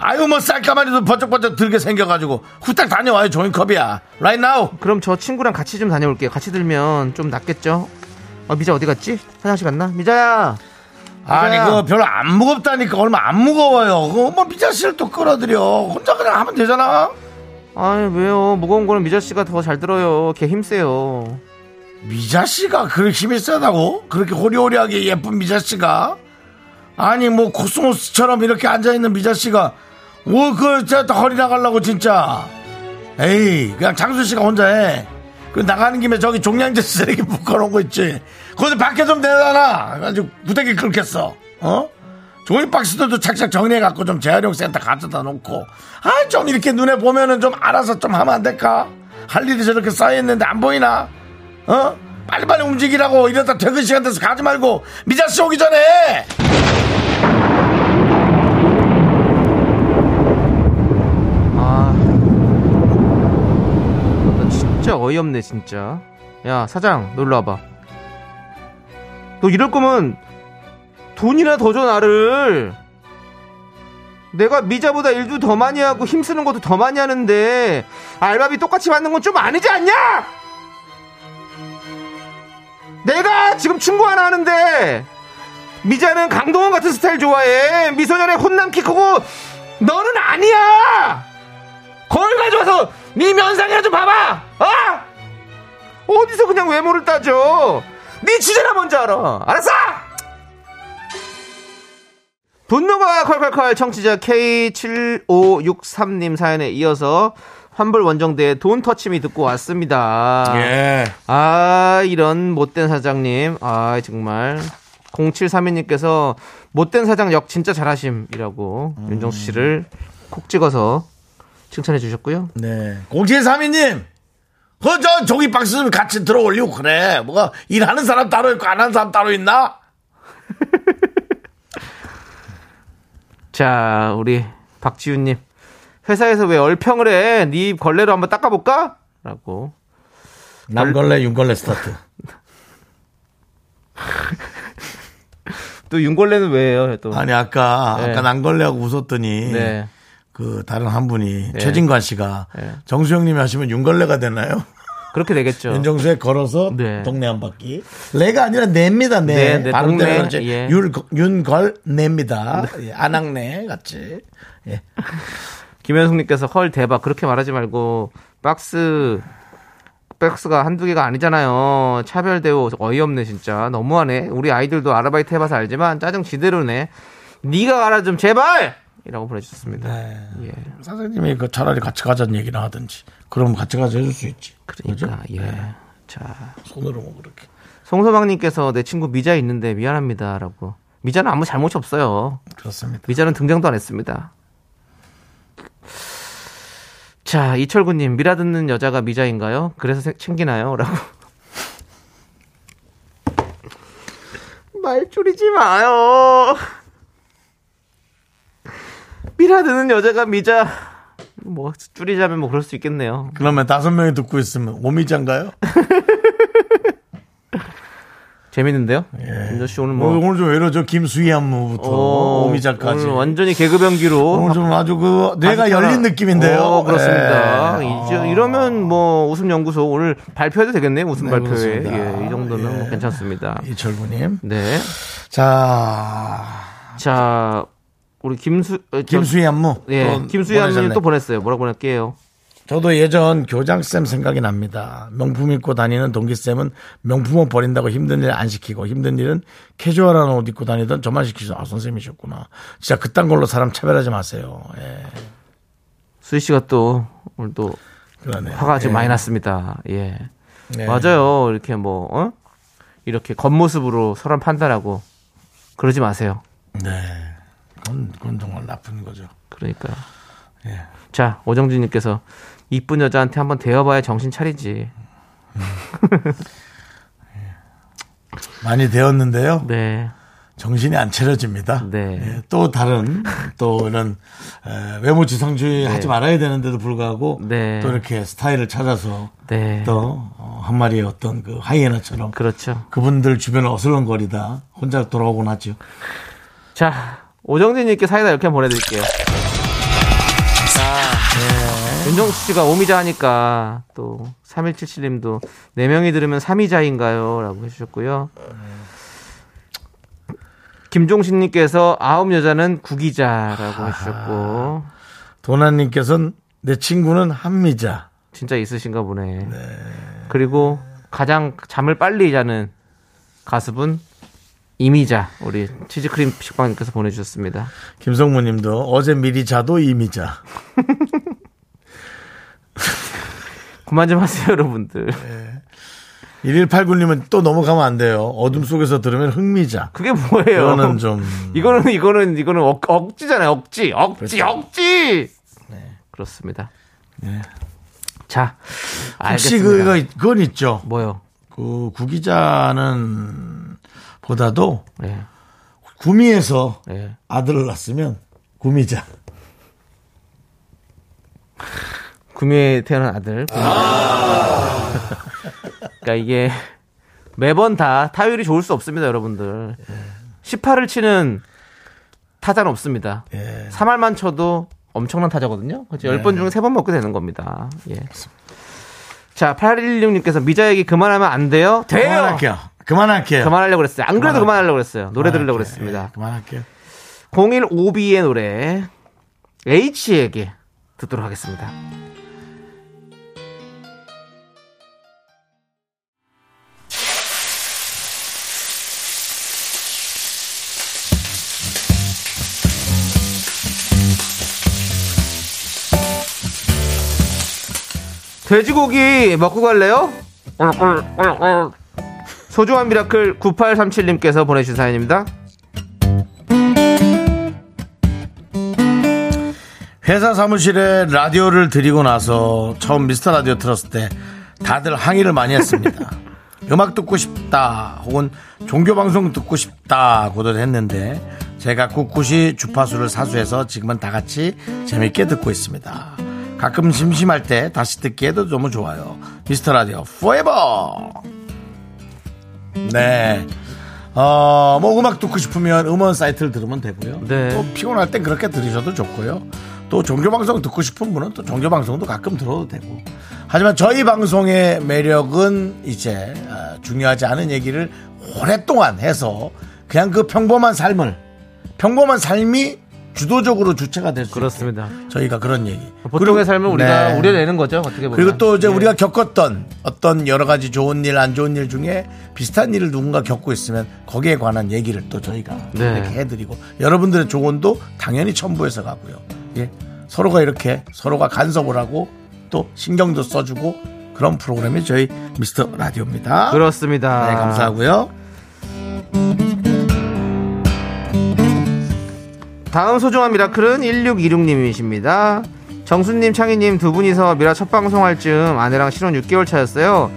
아유 뭐 쌀가마니도 번쩍번쩍 들게 생겨가지고 후딱 다녀와요 종이컵이야 right now 그럼 저 친구랑 같이 좀 다녀올게요. 같이 들면 좀 낫겠죠? 어, 미자 어디 갔지? 화장실 갔나? 미자야! 아니 맞아요. 그거 별로 안 무겁다니까 얼마 안 무거워요 그거 뭐 미자씨를 또 끌어들여 혼자 그냥 하면 되잖아 아니, 왜요? 무거운 거는 미자씨가 더 잘 들어요. 걔 힘세요. 미자씨가 그렇게 힘이 세다고? 그렇게 호리호리하게 예쁜 미자씨가? 아니 뭐 코스모스처럼 이렇게 앉아있는 미자씨가 뭐그 진짜 허리 나가려고 진짜 에이 그냥 장수씨가 혼자 해 그 나가는 김에 저기 종량제 쓰레기 묶어놓은 거 있지 거기 밖에 좀 내놔라 그래가지고 구데기 긁겠어 어? 종이박스들도 착착 정리해갖고 좀 재활용센터 가져다 놓고 아 좀 이렇게 눈에 보면은 좀 알아서 좀 하면 안 될까? 할 일이 저렇게 쌓여있는데 안 보이나? 어? 빨리빨리 움직이라고 이러다 퇴근 시간 돼서 가지 말고 미자씨 오기 전에 아. 나 진짜 어이없네, 진짜. 야, 사장, 놀러 와봐. 너 이럴 거면 돈이나 더 줘, 나를. 내가 미자보다 일도 더 많이 하고 힘쓰는 것도 더 많이 하는데 알바비 똑같이 받는 건 좀 아니지 않냐? 내가 지금 충고 하나 하는데 미자는 강동원 같은 스타일 좋아해 미소년의 혼남 키 크고 너는 아니야 거울 가져와서 네 면상이나 좀 봐봐 어? 어디서 그냥 외모를 따져 네 주제나 먼저 알아 알았어 분노가 콸콸콸 청취자 K7563님 사연에 이어서 환불 원정대의 돈 터치미 듣고 왔습니다 예. 아 이런 못된 사장님 아 정말 0732님께서 못된 사장 역 진짜 잘하심이라고 음. 윤정수 씨를 콕 찍어서 칭찬해 주셨고요 네. 0732님 그저 종이 박스 같이 들어 올리고 그래. 뭐가 일하는 사람 따로 있고 안 하는 사람 따로 있나? 자, 우리 박지훈님. 회사에서 왜 얼평을 해? 네 걸레로 한번 닦아볼까? 라고. 남걸레 윤걸레 스타트. 또 윤걸레는 왜요? 또. 아니 아까 네. 아까 남걸레하고 웃었더니 네. 그 다른 한 분이 최진관 씨가 정수영님이 하시면 윤걸레가 되나요? 그렇게 되겠죠. 윤정수에 걸어서 네. 동네 한 바퀴. 레가 아니라 냅니다. 네. 네, 네, 발음 동네, 때문에 그렇지. 예. 네. 율, 윤걸 냅니다. 예, 안악내 같이. 예. 김현숙님께서 헐 대박 그렇게 말하지 말고 박스 박스가 한두 개가 아니잖아요. 차별 대우 어이없네 진짜 너무하네. 우리 아이들도 아르바이트 해봐서 알지만 짜증 지대로네. 네가 알아 좀 제발. 이라고 보내주셨습니다. 예, 사장님이 그 차라리 같이 가자는 얘기나 하든지. 그럼 같이 가서 해줄 수 있지. 그러니까 그죠? 예. 자 손으로 뭐 그렇게. 송소방님께서 내 친구 미자 있는데 미안합니다라고. 미자는 아무 잘못이 없어요. 그렇습니다. 미자는 등장도 안 했습니다. 자, 이철구님, 미라 듣는 여자가 미자인가요? 그래서 세- 챙기나요? 라고. 말 줄이지 마요. 미라 듣는 여자가 미자. 뭐, 줄이자면 뭐 그럴 수 있겠네요. 그러면 다섯 명이 듣고 있으면 오미자인가요? 재밌는데요? 윤조씨 오늘 뭐. 어, 오늘 좀 왜 이러죠? 김수희 안무부터 어, 오미자까지. 오늘 오늘, 완전히 개그병기로. 좀 아주 그 뇌가 가득하나- 열린 느낌인데요. 어, 그렇습니다. 예. 이제 이러면 뭐 웃음 연구소 오늘 발표해도 되겠네요. 웃음 네, 발표회. 그렇습니다. 예, 이 정도면 예. 뭐 괜찮습니다. 이철구님. 네. 자, 자, 우리 김수 어, 저- 김수희 안무. 예, 또 김수현 보내셨네. 님또 보냈어요. 뭐라고 보낼게요? 저도 예전 교장쌤 생각이 납니다. 명품 입고 다니는 동기쌤은 명품 옷 버린다고 힘든 일 안 시키고 힘든 일은 캐주얼한 옷 입고 다니던 저만 시키죠. 아, 선생님이셨구나. 진짜 그딴 걸로 사람 차별하지 마세요. 예. 수희 씨가 또 오늘 또 그러네요. 화가 예. 지금 많이 났습니다. 예. 네. 맞아요. 이렇게 뭐 어? 이렇게 겉모습으로 사람 판단하고 그러지 마세요. 네. 그건, 그건 정말 나쁜 거죠. 그러니까. 예. 자, 오정진 님께서 이쁜 여자한테 한번 대어봐야 정신 차리지. 많이 되었는데요. 네. 정신이 안 차려집니다. 네. 예, 또 다른 또 이런 에, 외모 지상주의 하지 말아야 되는데도 불구하고 네. 또 이렇게 스타일을 찾아서 네. 또 한 마리의 어떤 그 하이에나처럼 그렇죠. 그분들 주변을 어슬렁거리다 혼자 돌아오곤 하죠. 자, 오정진님께 사이다 이렇게 보내드릴게요. 네. 윤정수 씨가 오미자 하니까 또 3177님도 4명이 들으면 3이자인가요? 라고 해주셨고요. 김종신님께서 아홉 여자는 구기자라고 해주셨고 도나님께서는 내 친구는 한미자. 진짜 있으신가 보네. 그리고 가장 잠을 빨리 자는 가수분 이미자 우리 치즈크림 식빵님께서 보내주셨습니다. 김성무님도 어제 미리 자도 이미자. 그만 좀 하세요, 여러분들. 네. 1189님은 또 넘어가면 안 돼요. 어둠 속에서 들으면 흥미자. 그게 뭐예요? 이거는 좀 이거는 이거는 이거는 억, 억지잖아요. 억지, 억지, 그렇죠. 억지. 네. 그렇습니다. 자, 혹시 알겠습니다. 그거 그건 있죠. 뭐요? 그 구기자는 보다도 예, 구미에서 예. 아들을 낳았으면 구미자. 구미에 태어난 아들. 구미. 그러니까 이게 매번 다 타율이 좋을 수 없습니다, 여러분들. 18을 치는 타자는 없습니다. 예. 3할만 쳐도 엄청난 타자거든요. 그렇죠. 10번 네. 중에 3번 먹게 되는 겁니다. 예. 자, 8116님께서 미자 얘기 그만하면 안 돼요? 돼요! 그만할게요. 그만할게요. 그만하려고 그랬어요. 안 그만할게요. 그래도 그만하려고 그랬어요. 노래 들으려고 그만할게요. 그랬습니다. 예, 그만할게요. 015B의 노래, H에게 듣도록 하겠습니다. 돼지고기 먹고 갈래요? 소중한 미라클 9837님께서 보내주신 사연입니다. 회사 사무실에 라디오를 드리고 나서 처음 미스터 라디오 틀었을 때 다들 항의를 많이 했습니다. 음악 듣고 싶다 혹은 종교 방송 듣고 싶다고도 했는데 제가 꿋꿋이 주파수를 사수해서 지금은 다 같이 재밌게 듣고 있습니다. 가끔 심심할 때 다시 듣기에도 너무 좋아요. 미스터 라디오 포에버. 네. 어, 뭐 음악 듣고 싶으면 음원 사이트를 들으면 되고요. 네. 또 피곤할 땐 그렇게 들으셔도 좋고요. 또 종교 방송 듣고 싶은 분은 또 종교 방송도 가끔 들어도 되고. 하지만 저희 방송의 매력은 이제 어, 중요하지 않은 얘기를 오랫동안 해서 그냥 그 평범한 삶을 평범한 삶이 주도적으로 주체가 될 수 네, 그렇습니다. 있게 저희가 그런 얘기. 보통의 그리고- 삶을 우리가 네. 우려내는 거죠. 어떻게 보면. 그리고 또 이제 네. 우리가 겪었던 어떤 여러 가지 좋은 일, 안 좋은 일 중에 비슷한 일을 누군가 겪고 있으면 거기에 관한 얘기를 또 저희가 네. 이렇게 해드리고 여러분들의 조언도 당연히 첨부해서 가고요. 예. 서로가 이렇게 서로가 간섭을 하고 또 신경도 써주고 그런 프로그램이 저희 미스터 라디오입니다. 그렇습니다. 네, 감사하고요. 다음 소중한 미라클은 1626님이십니다. 정수님, 창희님 두 분이서 미라 첫 방송할 즈음 아내랑 신혼 6개월 차였어요.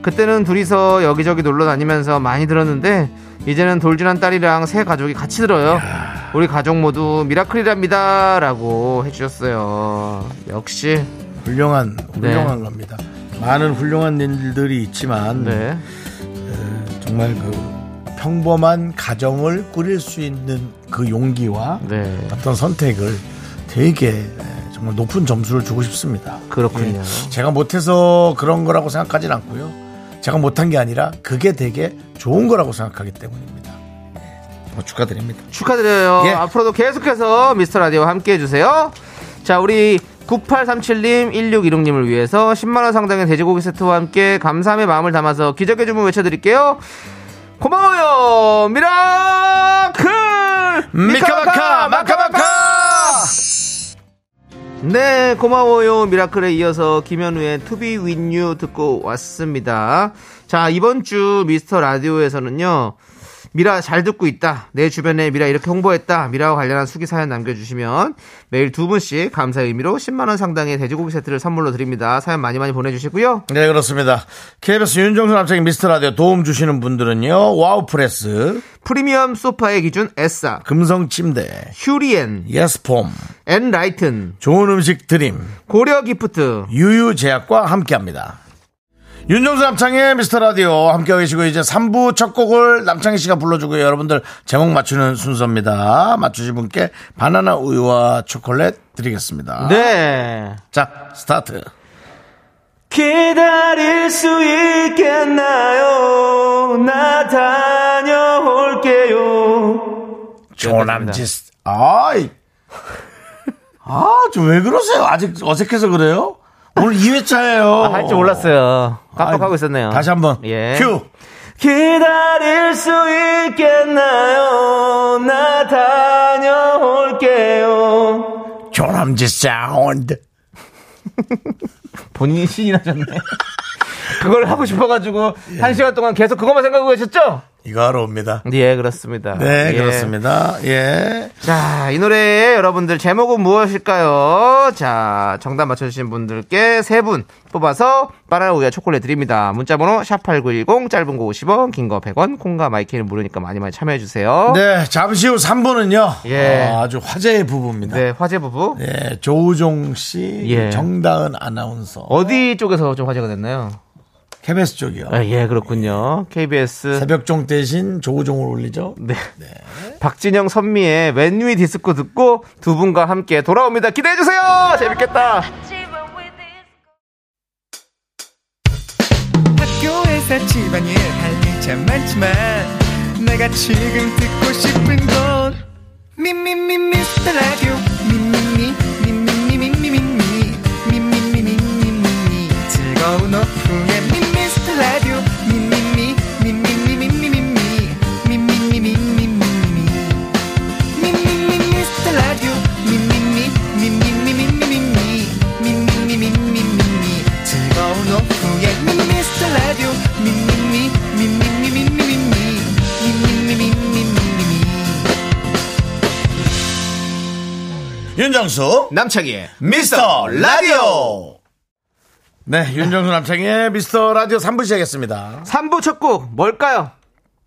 그때는 둘이서 여기저기 놀러 다니면서 많이 들었는데 이제는 돌진한 딸이랑 새 가족이 같이 들어요. 우리 가족 모두 미라클이랍니다라고 해주셨어요. 역시 훌륭한 네. 훌륭한 겁니다. 많은 훌륭한 일들이 있지만 네 음. 정말 그 평범한 가정을 꾸릴 수 있는 그 용기와 네. 어떤 선택을 되게 정말 높은 점수를 주고 싶습니다. 그렇군요. 예. 제가 못해서 그런 거라고 생각하진 않고요. 제가 못한 게 아니라 그게 되게 좋은 거라고 생각하기 때문입니다. 예. 뭐 축하드립니다. 축하드려요. 예. 앞으로도 계속해서 미스터 라디오와 함께 해주세요. 자, 우리 9837님, 1616님을 위해서 10만원 상당의 돼지고기 세트와 함께 감사함의 마음을 담아서 기적의 주문 외쳐드릴게요. 고마워요! 미라클! 미카마카 마카마카 네, 고마워요. 미라클에 이어서 김현우의 투비 윈유 듣고 왔습니다. 자, 이번 주 미스터 라디오에서는요. 미라 잘 듣고 있다. 내 주변에 미라 이렇게 홍보했다. 미라와 관련한 수기 사연 남겨주시면 매일 두 분씩 감사 의미로 10만원 상당의 돼지고기 세트를 선물로 드립니다. 사연 많이 많이 보내주시고요. 네 그렇습니다. KBS 윤정수 남창의 미스터라디오 도움 주시는 분들은요. 와우프레스 프리미엄 소파의 기준 에싸, 금성침대 휴리엔, 예스폼 엔라이튼, 좋은 음식 드림 고려 기프트, 유유제약과 함께합니다. 윤정수 남창의 미스터 라디오 함께 계시고 이제 3부 첫 곡을 남창희 씨가 불러주고 여러분들 제목 맞추는 순서입니다. 맞추신 분께 바나나 우유와 초콜릿 드리겠습니다. 네. 자, 스타트. 기다릴 수 있겠나요? 나 다녀올게요. 조남지스. 아이. 아, 저 왜 그러세요? 아직 어색해서 그래요? 오늘 2회차예요. 아, 할 줄 몰랐어요. 깜빡하고 아이, 있었네요. 다시 한번. 예. 큐. 기다릴 수 있겠나요? 나 다녀올게요. 조남지 사운드. 본인이 신이 나셨네. 그걸 하고 싶어가지고 한 시간 동안 계속 그것만 생각하고 계셨죠? 이거 하러 옵니다. 예, 그렇습니다. 네, 예. 그렇습니다. 예. 자, 이 노래 여러분들 제목은 무엇일까요? 자, 정답 맞춰주신 분들께 세 분 뽑아서 바나나 우유와 초콜릿 드립니다. 문자번호 샵8910, 짧은 거 50원, 긴 거 100원, 콩과 마이크는 무료니까 많이 많이 참여해주세요. 네, 잠시 후 3부는요. 예. 아주 화제의 부부입니다. 네, 화제 부부. 예, 조우종 씨, 예. 정다은 아나운서. 어디 쪽에서 좀 화제가 됐나요? KBS 쪽이요. 아, 예, 그렇군요. KBS. 새벽종 대신 조우종을 올리죠. 네. 박진영 선미의 When We 디스코 듣고 두 분과 함께 돌아옵니다. 기대해주세요! 재밌겠다! 학교에서 집안일 할 일 참 많지만 내가 지금 듣고 싶은 건 미미미 미스터 라디오 미미미 미미미 미미미 미미미 미미미 즐거운 오후에 미스터 라디오 미미미 미미미 미미미 미미미 미미미 윤정수, 남창희의 미스터 라디오. 네, 윤정수 남창의 미스터 라디오 3부 시작했습니다. 3부 첫 곡 뭘까요?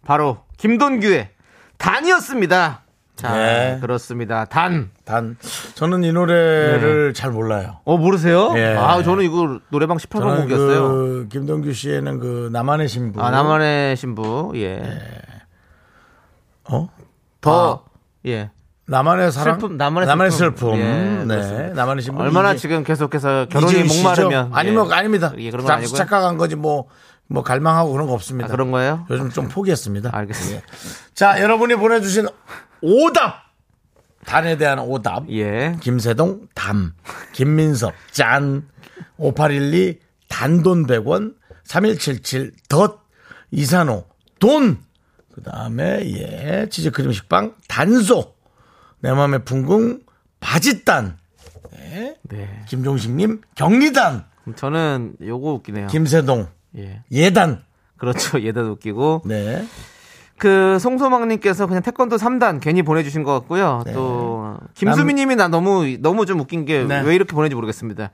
바로 김동규의 단이었습니다. 자, 네. 그렇습니다. 단. 단, 저는 이 노래를 잘 몰라요. 어, 모르세요? 예. 아, 저는 이거 노래방 18번 저는 곡이었어요. 그 김동규 씨에는 그 나만의 신부. 아, 나만의 신부. 예. 네. 어? 더. 예. 나만의 사랑. 슬픔, 슬픔. 나만의 슬픔. 예, 네, 그렇습니다. 나만의 신부. 얼마나 이재- 지금 계속해서 결혼이 이재윤 씨죠? 목마르면. 아니면 예. 아닙니다. 예, 그런 건 잠시 아니고요. 착각한 거지 뭐. 뭐 갈망하고 그런 거 없습니다. 아, 그런 거예요? 요즘 좀 포기했습니다. 알겠습니다. 예. 자, 여러분이 보내주신 오답 단에 대한 오답. 예. 김세동 담, 김민섭 짠, 5812 단돈 100원, 3177 덧, 이산호 돈, 그 다음에 예 치즈크림 식빵 단소, 내 맘의 풍궁 바짓단, 네. 김종식님 경리단, 그럼 저는 요거 웃기네요. 김세동 예. 예단, 그렇죠. 얘도 웃기고. 네 그 송소망님께서 그냥 태권도 3단 괜히 보내주신 것 같고요. 또 김수미님이 나 너무 너무 좀 웃긴 게 왜 네. 이렇게 보내지 모르겠습니다.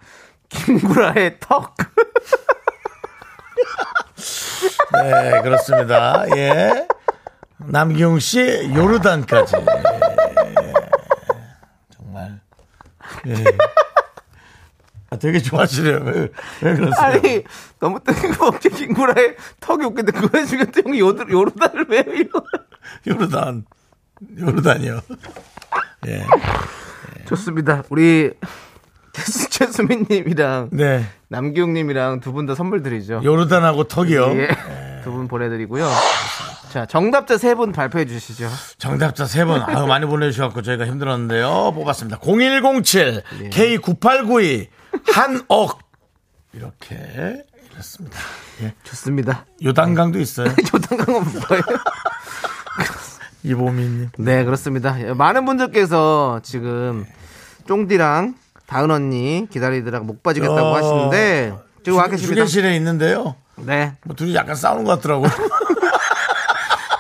김구라의 턱. 네, 그렇습니다. 예. 남기용 씨 요르단까지. 예. 정말. 예. 아, 되게 좋아하시네요. 왜, 왜 그러세요? 아니 너무 뜬금없게 김구라의 턱이 웃긴데 그거 중에 또 형이 요- 요르단을 왜 이거? 요르단. 요르단이요. 예. 네. 좋습니다. 우리 최수- 최수민님이랑 네. 남기웅님이랑 두 분 다 선물 드리죠. 예. 요르단하고 턱이요. 두 분 보내드리고요. 자 정답자 세 분 발표해 주시죠. 정답자 세분 아유, 많이 보내주셔갖고 저희가 힘들었는데요. 뽑았습니다. 0107, 예. K9892, 한억. 이렇게. 이렇습니다. 좋습니다. 요단강도 있어요. 조단강은 뭐예요? 이보민님. 네, 그렇습니다. 예, 많은 분들께서 지금 쫑디랑 다은 언니 기다리느라 못 빠지겠다고 어, 하시는데 지금 와 계십니다. 휴게실에 있는데요. 네. 뭐 둘이 약간 싸우는 것 같더라고요.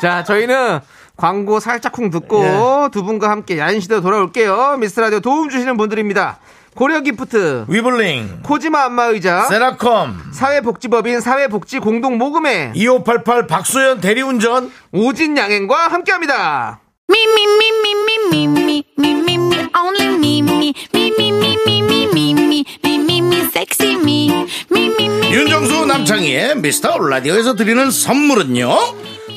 자, 저희는 광고 살짝 쿵 듣고 예. 두 분과 함께 야인시대로 돌아올게요. 미스라디오 도움 주시는 분들입니다. 고려 기프트, 위블링, 코지마 안마의자, 세라컴, 사회복지법인 사회복지 공동 모금회, 2588 박소연 대리운전, 오진 양행과 함께 합니다. Me, me, me, me, me, me, me, me, me, me, only me, me, me, me, me, me, me, me, me, me, me, me, sexy me, me, me, me. 윤정수 남창희의 미스터 라디오에서 드리는 선물은요.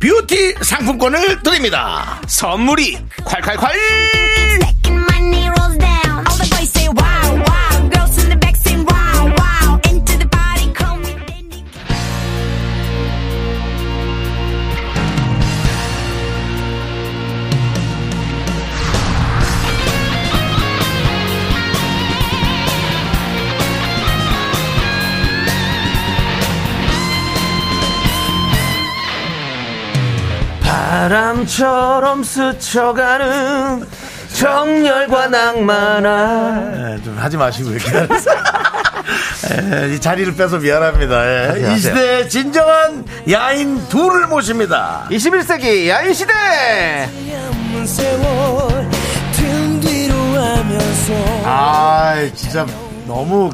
뷰티 상품권을 드립니다. 선물이 콸콸콸 Second money rolls down. All the boys say wow, wow. Girls in the back say wow, wow. Into the body, call me Dandy. 바람처럼 스쳐가는 정열과 낭만아 예, 좀 하지 마시고요. 기다리세요. 예, 이 자리를 빼서 미안합니다. 예, 이 시대의 진정한 야인 둘을 모십니다. 21세기 야인시대 남은 세월 등 뒤로 하면서 아, 진짜 너무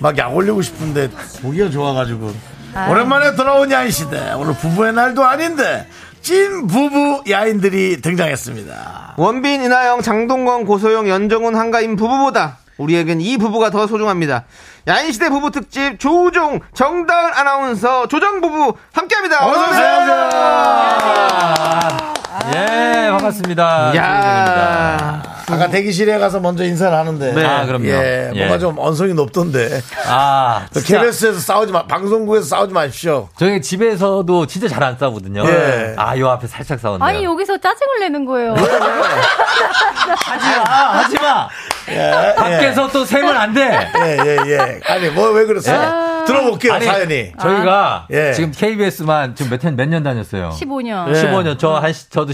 막 약 올리고 싶은데 보기가 좋아가지고. 오랜만에 돌아온 야인 시대. 오늘 부부의 날도 아닌데 찐 부부 야인들이 등장했습니다. 원빈, 이나영, 장동건, 고소영, 연정훈, 한가인 부부보다 우리에겐 이 부부가 더 소중합니다. 야인시대 부부 특집 조우종, 정다은 아나운서, 조정 부부 함께합니다. 어서 어서오세요! 예, 반갑습니다. 야, 아까 대기실에 가서 먼저 인사를 하는데. 네. 아, 그럼요. 예, 예. 뭔가 좀 언성이 높던데. 아, 진짜 KBS에서 싸우지 마, 방송국에서 싸우지 마십시오. 저희 집에서도 진짜 잘 안 싸우거든요. 예. 아, 요 앞에 살짝 싸웠네요. 아니 여기서 짜증을 내는 거예요. 하지 마, 하지 마. 예, 예. 밖에서 또 세면 안 돼. 예, 예, 예. 아니, 뭐, 왜 그러세요? 들어볼게요, 아니, 사연이. 저희가 예. 지금 KBS만 지금 몇 년 몇 년 다녔어요. 15년. 네. 15년 저 한 시- 저도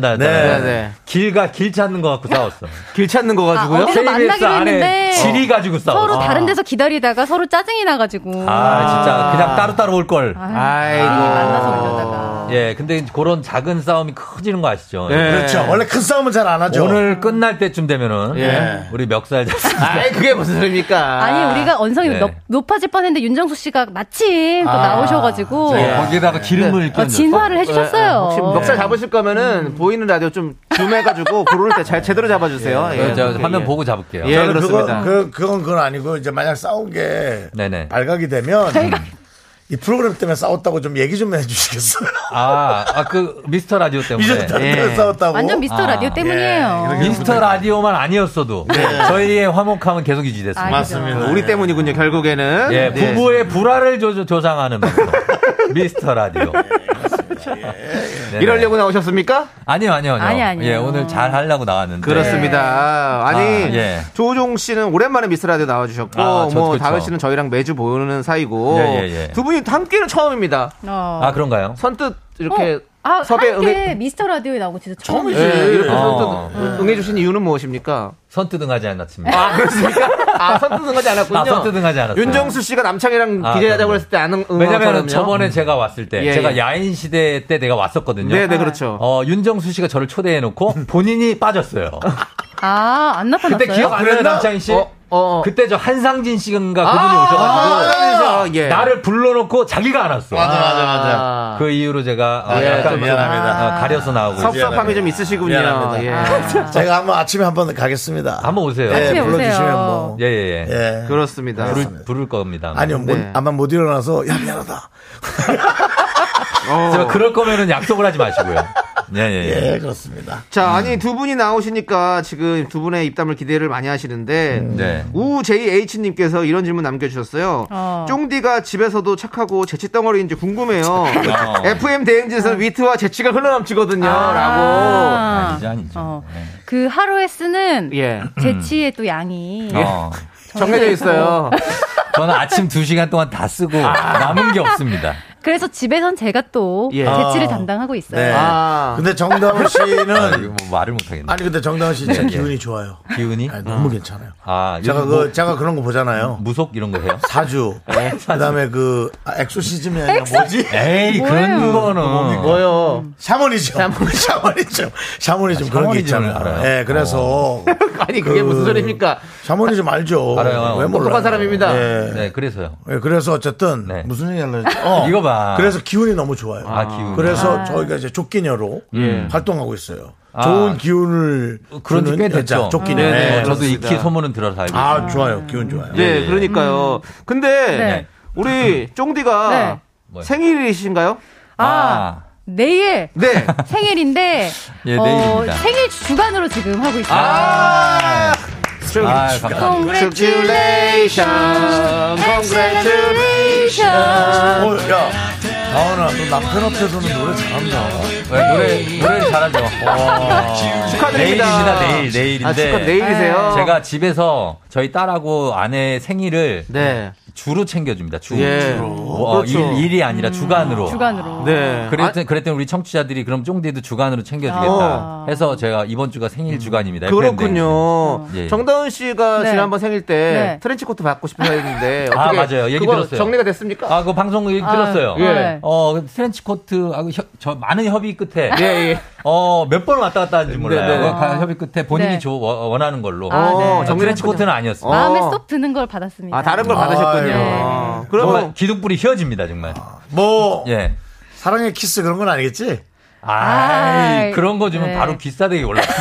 네, 다녔잖아요. 네. 길가 길 찾는 거 갖고 싸웠어. 길 찾는 거 가지고요. 아, 어디서 만나기로 했는데 지리 가지고 싸웠어. 서로 다른 데서 기다리다가 서로 짜증이 나가지고. 아 진짜 그냥 따로따로 올 걸. 아이고. 괜히 만나서 그러다가. 예, 근데 그런 작은 싸움이 커지는 거 아시죠? 예. 그렇죠. 원래 큰 싸움은 잘 안 하죠. 오늘 끝날 때쯤 되면은 예. 우리 멱살 잡. 아이, 그게 무슨 소리입니까? 아니 우리가 언성이 네. 높, 높아질 뻔했는데 윤정수 씨가 마침 또 나오셔가지고 어, 네. 예. 거기다가 기름을 어, 진화를 해주셨어요. 네. 혹시 뭐- 네. 멱살 잡으실 거면은 보이는 라디오 좀 줌해가지고 고를 때 잘 제대로 잡아주세요. 예, 저 그렇게, 화면 예. 보고 잡을게요. 예, 저는 그렇습니다. 그건, 그, 그건 그건 아니고 이제 만약 싸운 게 네네. 발각이 되면 이 프로그램 때문에 싸웠다고 좀 얘기 좀 해주시겠어요? 아, 아, 그 미스터 라디오 때문에. 미쳤다. 예. 싸웠다고. 완전 미스터 라디오 때문이에요. 예, 미스터 라디오만 아니었어도 네. 저희의 화목함은 계속 유지됐습니다. 아, 그죠. 맞습니다. 우리 때문이군요, 결국에는. 예, 네. 부부의 불화를 조, 장하는 미스터 라디오. 네네. 이러려고 나오셨습니까? 아니요, 아니요, 아니요. 아니, 아니요. 예, 오늘 잘 하려고 나왔는데. 그렇습니다. 아니 아, 예. 조종 씨는 오랜만에 미스라디오 나와주셨고 아, 저- 뭐 그쵸. 다은 씨는 저희랑 매주 보는 사이고 예, 예, 예. 두 분이 함께는 처음입니다. 어. 아, 그런가요? 선뜻 이렇게 어, 아, 섭외 함께 응해 미스터 라디오에 나오고 진짜 처음. 처음이지. 예, 이렇게 어. 선뜻 응해주신 이유는 무엇입니까? 선뜨등하지 않았습니다. 아 그렇습니까? 아 선뜻 응하지 않았군요. 아, 선뜻응하지 않았어요. 윤정수 씨가 남창이랑 아, 기재하자고 그럼요. 했을 때안 응하거든요. 왜냐면 저번에 제가 왔을 때 예, 제가 예. 야인 시대 때 내가 왔었거든요. 네네 음. 그렇죠. 어, 윤정수 씨가 저를 초대해 놓고 본인이 빠졌어요. 아, 안 나타났어요. 그때 기억 안 나요, 그랬나? 남창희 씨? 어, 어, 어. 그때 저 한상진 씨인가 아, 그분이 오셔가지고 아, 아, 예. 나를 불러놓고 자기가 안 왔어. 맞아 맞아 맞아. 아, 그 이후로 제가 어, 예, 약간 좀 미안합니다. 어, 가려서 나오고 있어요. 그 섭섭함이 좀 있으시군요. 미안합니다. 예. 아, 제가 한번 아침에 한번 가겠습니다. 한번 오세요. 예, 아침에 불러주시면 오세요. 뭐. 예, 예, 예. 예. 그렇습니다. 어. 부를, 부를 겁니다. 아니요, 못- 네. 아마 못 일어나서 야 미안하다. 어. 제가 뭐 그럴 거면은 약속을 하지 마시고요. 예, 예, 예. 예, 그렇습니다. 자, 아니 두 분이 나오시니까 지금 두 분의 입담을 기대를 많이 하시는데 네. 우JH님께서 이런 질문 남겨주셨어요. 어. 쫑디가 집에서도 착하고 재치 덩어리인지 궁금해요. 어. FM 대행진에서는 위트와 재치가 흘러넘치거든요. 아. 라고. 아, 아니죠, 네. 아니죠. 어. 그 하루에 쓰는 예. 재치의 또 양이 어. 정해져 있어요. 저는 아침 2시간 동안 다 쓰고 남은 게 없습니다. 그래서 집에선 제가 또 예. 재치를 아. 담당하고 있어요. 네. 아. 근데 정다은 아, 이거 씨는 뭐 말을 못하겠네. 아니 근데 정다은 씨 진짜 네, 기운이 좋아요. 기운이? 아, 너무 괜찮아요. 아, 제가 요즘 그 뭐 네, 제가 그런 거 보잖아요. 무속 이런 거 해요? 사주. 그다음에 그 아, 엑소시즘이 아니라 뭐지? 에이, 그런 거는. 뭐요? 샤머니즘. 샤머니즘. 샤머니즘 그런 게 샤머니즘을 있잖아요. 알아요. 어. 예, 그래서 아니 그게 그- 무슨 소리입니까? 샤머니즘 알죠. 알아요. 왜 몰라? 똑똑한 사람입니다. 예. 네, 그래서요. 예, 그래서 어쨌든 네. 무슨 얘기 하려고 했지? 어, 이거 봐. 그래서 기운이 너무 좋아요. 아, 기운. 그래서 저희가 이제 조끼녀로 활동하고 있어요. 아. 좋은 기운을 그런 지 꽤 주는 됐죠. 여자, 조끼녀. 네, 네, 예. 저도 그렇습니다. 익히 소문은 들어서 알고 있어요. 예. 아, 좋아요. 기운 좋아요. 네, 음. 그러니까요. 근데 네. 우리 쫑디가 네. 뭐요? 생일이신가요? 아, 내일 네. 생일인데 예, 어, 내일입니다. 생일 주간으로 지금 하고 있어요. 아, 저기 아, 감사합니다. Congratulations, Congratulations. 어, 야, 다원아, 너 남편 앞에서는 노래 잘한다. 네, 노래, 노래 잘하죠. 어. 축하드립니다. 내일입니다, 내일, 내일인데. 아, 축하, 내일이세요? 제가 집에서 저희 딸하고 아내 생일을 네. 주로 챙겨줍니다. 주. 예. 어, 그렇죠. 일, 일이 아니라 주간으로. 주간으로. 네. 그랬더니, 그랬더니 우리 청취자들이 그럼 쫑디도 주간으로 챙겨주겠다. 아. 해서 제가 이번 주가 생일 주간입니다. 그렇군요. 예. 정다은 씨가 네. 지난번 생일 때 네. 트렌치 코트 받고 싶어 했는데 아, 어떻게 맞아요. 얘기 그거 들었어요. 정리가 됐습니까? 아, 그 방송 얘기 들었어요. 예. 네. 어, 트렌치 코트하고 협- 저 많은 협의 끝에 예, 예. 어, 몇 번 왔다 갔다 하는지 몰라요. 어, 네, 네. 가- 협의 끝에 본인이 네. 조- 워- 원하는 걸로. 아, 네. 어, 트렌치 코트는 아니었어요. 어. 마음에 쏙 드는 걸 받았습니다. 아, 다른 걸 아, 받으셨군요. 네. 정말 그러면 기둥불이 휘어집니다, 정말. 뭐, 예. 사랑의 키스 그런 건 아니겠지? 아이, 아이, 그런 거 주면 네. 바로 귀싸대기 올라.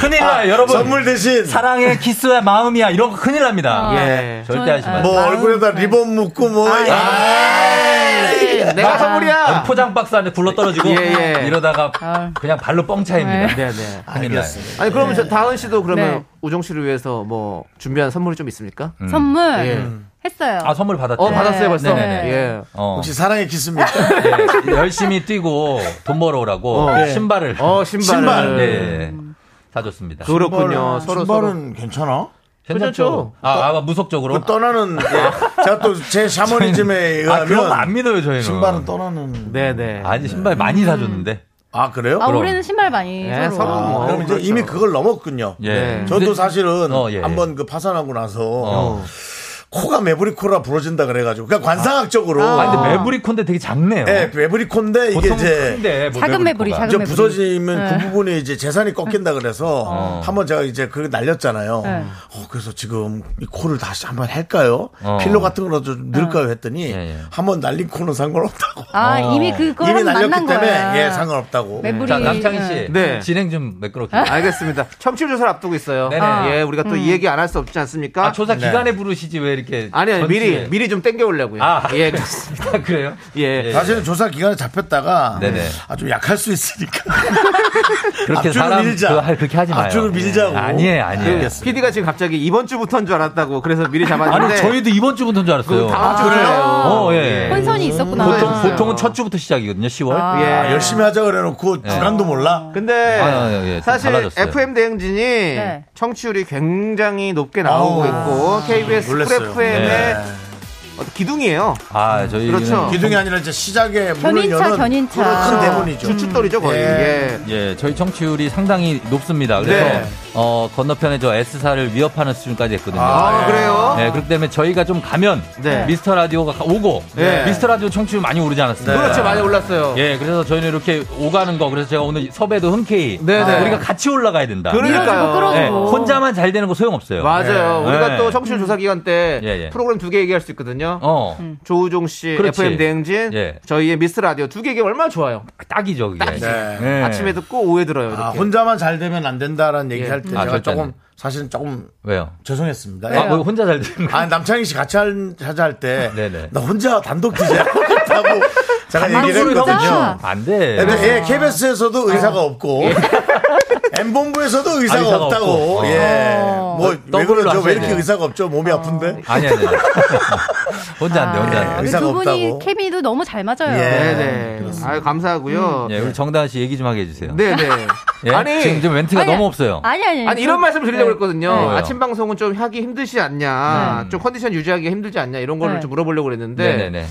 큰일 나요, 여러분. 선물 대신, 아, 사랑의 키스와 마음이야. 이런 거 큰일 납니다. 아. 예. 절대 저는- 하지 마세요. 뭐, 마음, 얼굴에다 네. 리본 묶고, 뭐, 아. 에이, 예. 내가 선물이야. 포장 박스 안에 굴러 떨어지고 예, 예. 이러다가 그냥 발로 뻥 차입니다. 네, 네. 큰일 나요. 아니 그러면 저 다은 씨도 그러면 네. 우정 씨를 위해서 뭐 준비한 선물이 좀 있습니까? 선물 예. 했어요. 아 선물 받았죠. 어 받았어요 벌써. 네, 네, 네. 예. 어. 혹시 사랑의 키스입니까? 네, 열심히 뛰고 돈 벌어오라고 네. 어. 신발을 어 신발. 신발. 음. 네, 사줬습니다. 그렇군요. 서로 서로. 어. 신발은 괜찮아? 현실적으로. 아, 아, 무속적으로. 그 떠나는 예. 제가 또 제 샤머니즘에 아, 그런 거안 의하면 믿어요, 저희는. 신발은 떠나는. 네네. 아니, 신발 많이 음. 사줬는데. 아 그래요? 아, 그럼. 올해는 신발 많이. 네, 서로. 서로 뭐. 그럼 이제 이미 그걸 넘었군요. 그렇죠. 예. 네. 저도 근데- 사실은 어, 예, 예. 한번 그 파산하고 나서 어. 코가 메브리코라 부러진다 그래가지고 그냥 관상학적으로 아, 근데 매부리콘데 되게 작네요. 예, 메브리코인데 어. 이게 보통 이제 큰데 뭐 작은 매부리, 매부리코가. 작은 저 매부리. 부서지면 그 부분에 이제 재산이 꺾인다 그래서 네. 어. 한번 제가 이제 그걸 날렸잖아요. 네. 어, 그래서 지금 이 코를 다시 한번 할까요? 어. 필러 같은 거라도 좀 넣을까요? 했더니 예, 예. 한번 날린 코는 상관없다고. 아, 어. 이미 그거랑 이미 만난 날렸기 때문에 거야. 예, 상관없다고. 매부리. 아? 자, 남창희 씨. 네. 진행 좀 매끄럽게. 알겠습니다. 청취율 조사를 앞두고 있어요. 네네. 아, 예, 우리가 또 이 얘기 안 할 수 없지 않습니까? 아, 조사 네. 기간에 부르시지 왜 이렇게. 아니, 아니, 미리, 전치에. 미리 좀 땡겨오려고요. 아. 예, 그렇습니다. 아, 그래요? 예. 사실은 조사 기간에 잡혔다가 네네. 아, 좀 약할 수 있으니까 그렇게 앞줄을 사람 밀자. 그거 할- 그렇게 하지 마요. 앞줄을 밀자고. 예. 아니에요, 그 아니에요. PD가 지금 갑자기 이번 주부터인 줄 알았다고 그래서 미리 잡았는데. 네. 아니, 저희도 아, 이번 그 주부터인 줄 알았어요. 다음 주래요. 어, 예. 혼선이 있었구나. 보통, 보통은 첫 주부터 시작이거든요, 10월. 예. 아. 예. 아, 열심히 하자 그래놓고 예. 주간도 몰라. 근데 어? 아, 예, 예. 좀 사실 달라졌어요. FM 대행진이 네. 청취율이 굉장히 높게 나오고 아우, 있고 KBS 쿨 놀랐어요. FM의 네. 기둥이에요. 아, 저희. 그렇죠. 기둥이 아니라 이제 시작에 문을 견인차, 여는 견인차. 어. 그런 큰 대문이죠. 아, 주춧돌이죠 거의. 예. 예. 아, 예, 저희 청취율이 상당히 높습니다. 그래서 네. 어, 건너편에 저 S사를 위협하는 수준까지 했거든요. 아, 그래요? 네, 그렇기 때문에 저희가 좀 가면 네. 미스터 라디오가 가- 오고 네. 미스터 라디오 청취율 많이 오르지 않았습니까? 그렇죠 많이 올랐어요. 네. 예, 그래서 저희는 이렇게 오가는 거 그래서 제가 오늘 섭외도 흔쾌히 네네. 우리가 같이 올라가야 된다. 그러니까요. 끌어주고, 예, 끌어주고. 오. 혼자만 잘 되는 거 소용없어요. 맞아요. 예. 우리가 예. 또 청취율 조사 기간 때 예, 예. 프로그램 두 개 얘기할 수 있거든요. 어, 음. 조우종 씨, 그렇지. FM 대행진, 예. 저희의 미스 라디오 두 개 얘기 얼마나 좋아요. 딱이죠, 그게. 네. 예. 아침에 듣고 오후에 들어요. 이렇게. 아, 혼자만 잘 되면 안 된다라는 예. 얘기할 때 아, 제가 절대는. 조금 사실은 조금 왜요? 죄송했습니다. 네. 예. 아, 뭐 혼자 잘 되는 거. 아, 남창희 씨 같이 할, 하자 할 때 네네. 나 혼자 단독 DJ 하고 싶다고 제가 얘기를 단독으로 했거든요. 혼자? 안 네, 돼. 근데 예, KBS에서도 의사가 없고 M본부에서도 의사가, 의사가 없다고. 없고. 어. 예. 뭐 왜 더블로 그러죠? 왜 하셔야 이렇게 돼요. 의사가 없죠? 몸이 아픈데. 아니 네. 아니. 아니. 혼자 안 돼, 혼자 아, 안 돼. 근데 의사가 두 분이 없다고. 케미도 너무 잘 맞아요. 예. 네네. 아유, 감사하고요. 예, 우리 정다은 씨 얘기 좀 하게 해주세요. 네네. 예? 아니, 지금 좀 멘트가 아니, 너무 없어요. 아니 아니. 아니 이런 말씀을 드리려고 했거든요. 네. 아침 방송은 좀 하기 힘드시지 않냐, 좀 컨디션 유지하기 힘들지 않냐 이런 거를 네. 좀 물어보려고 그랬는데 네네네.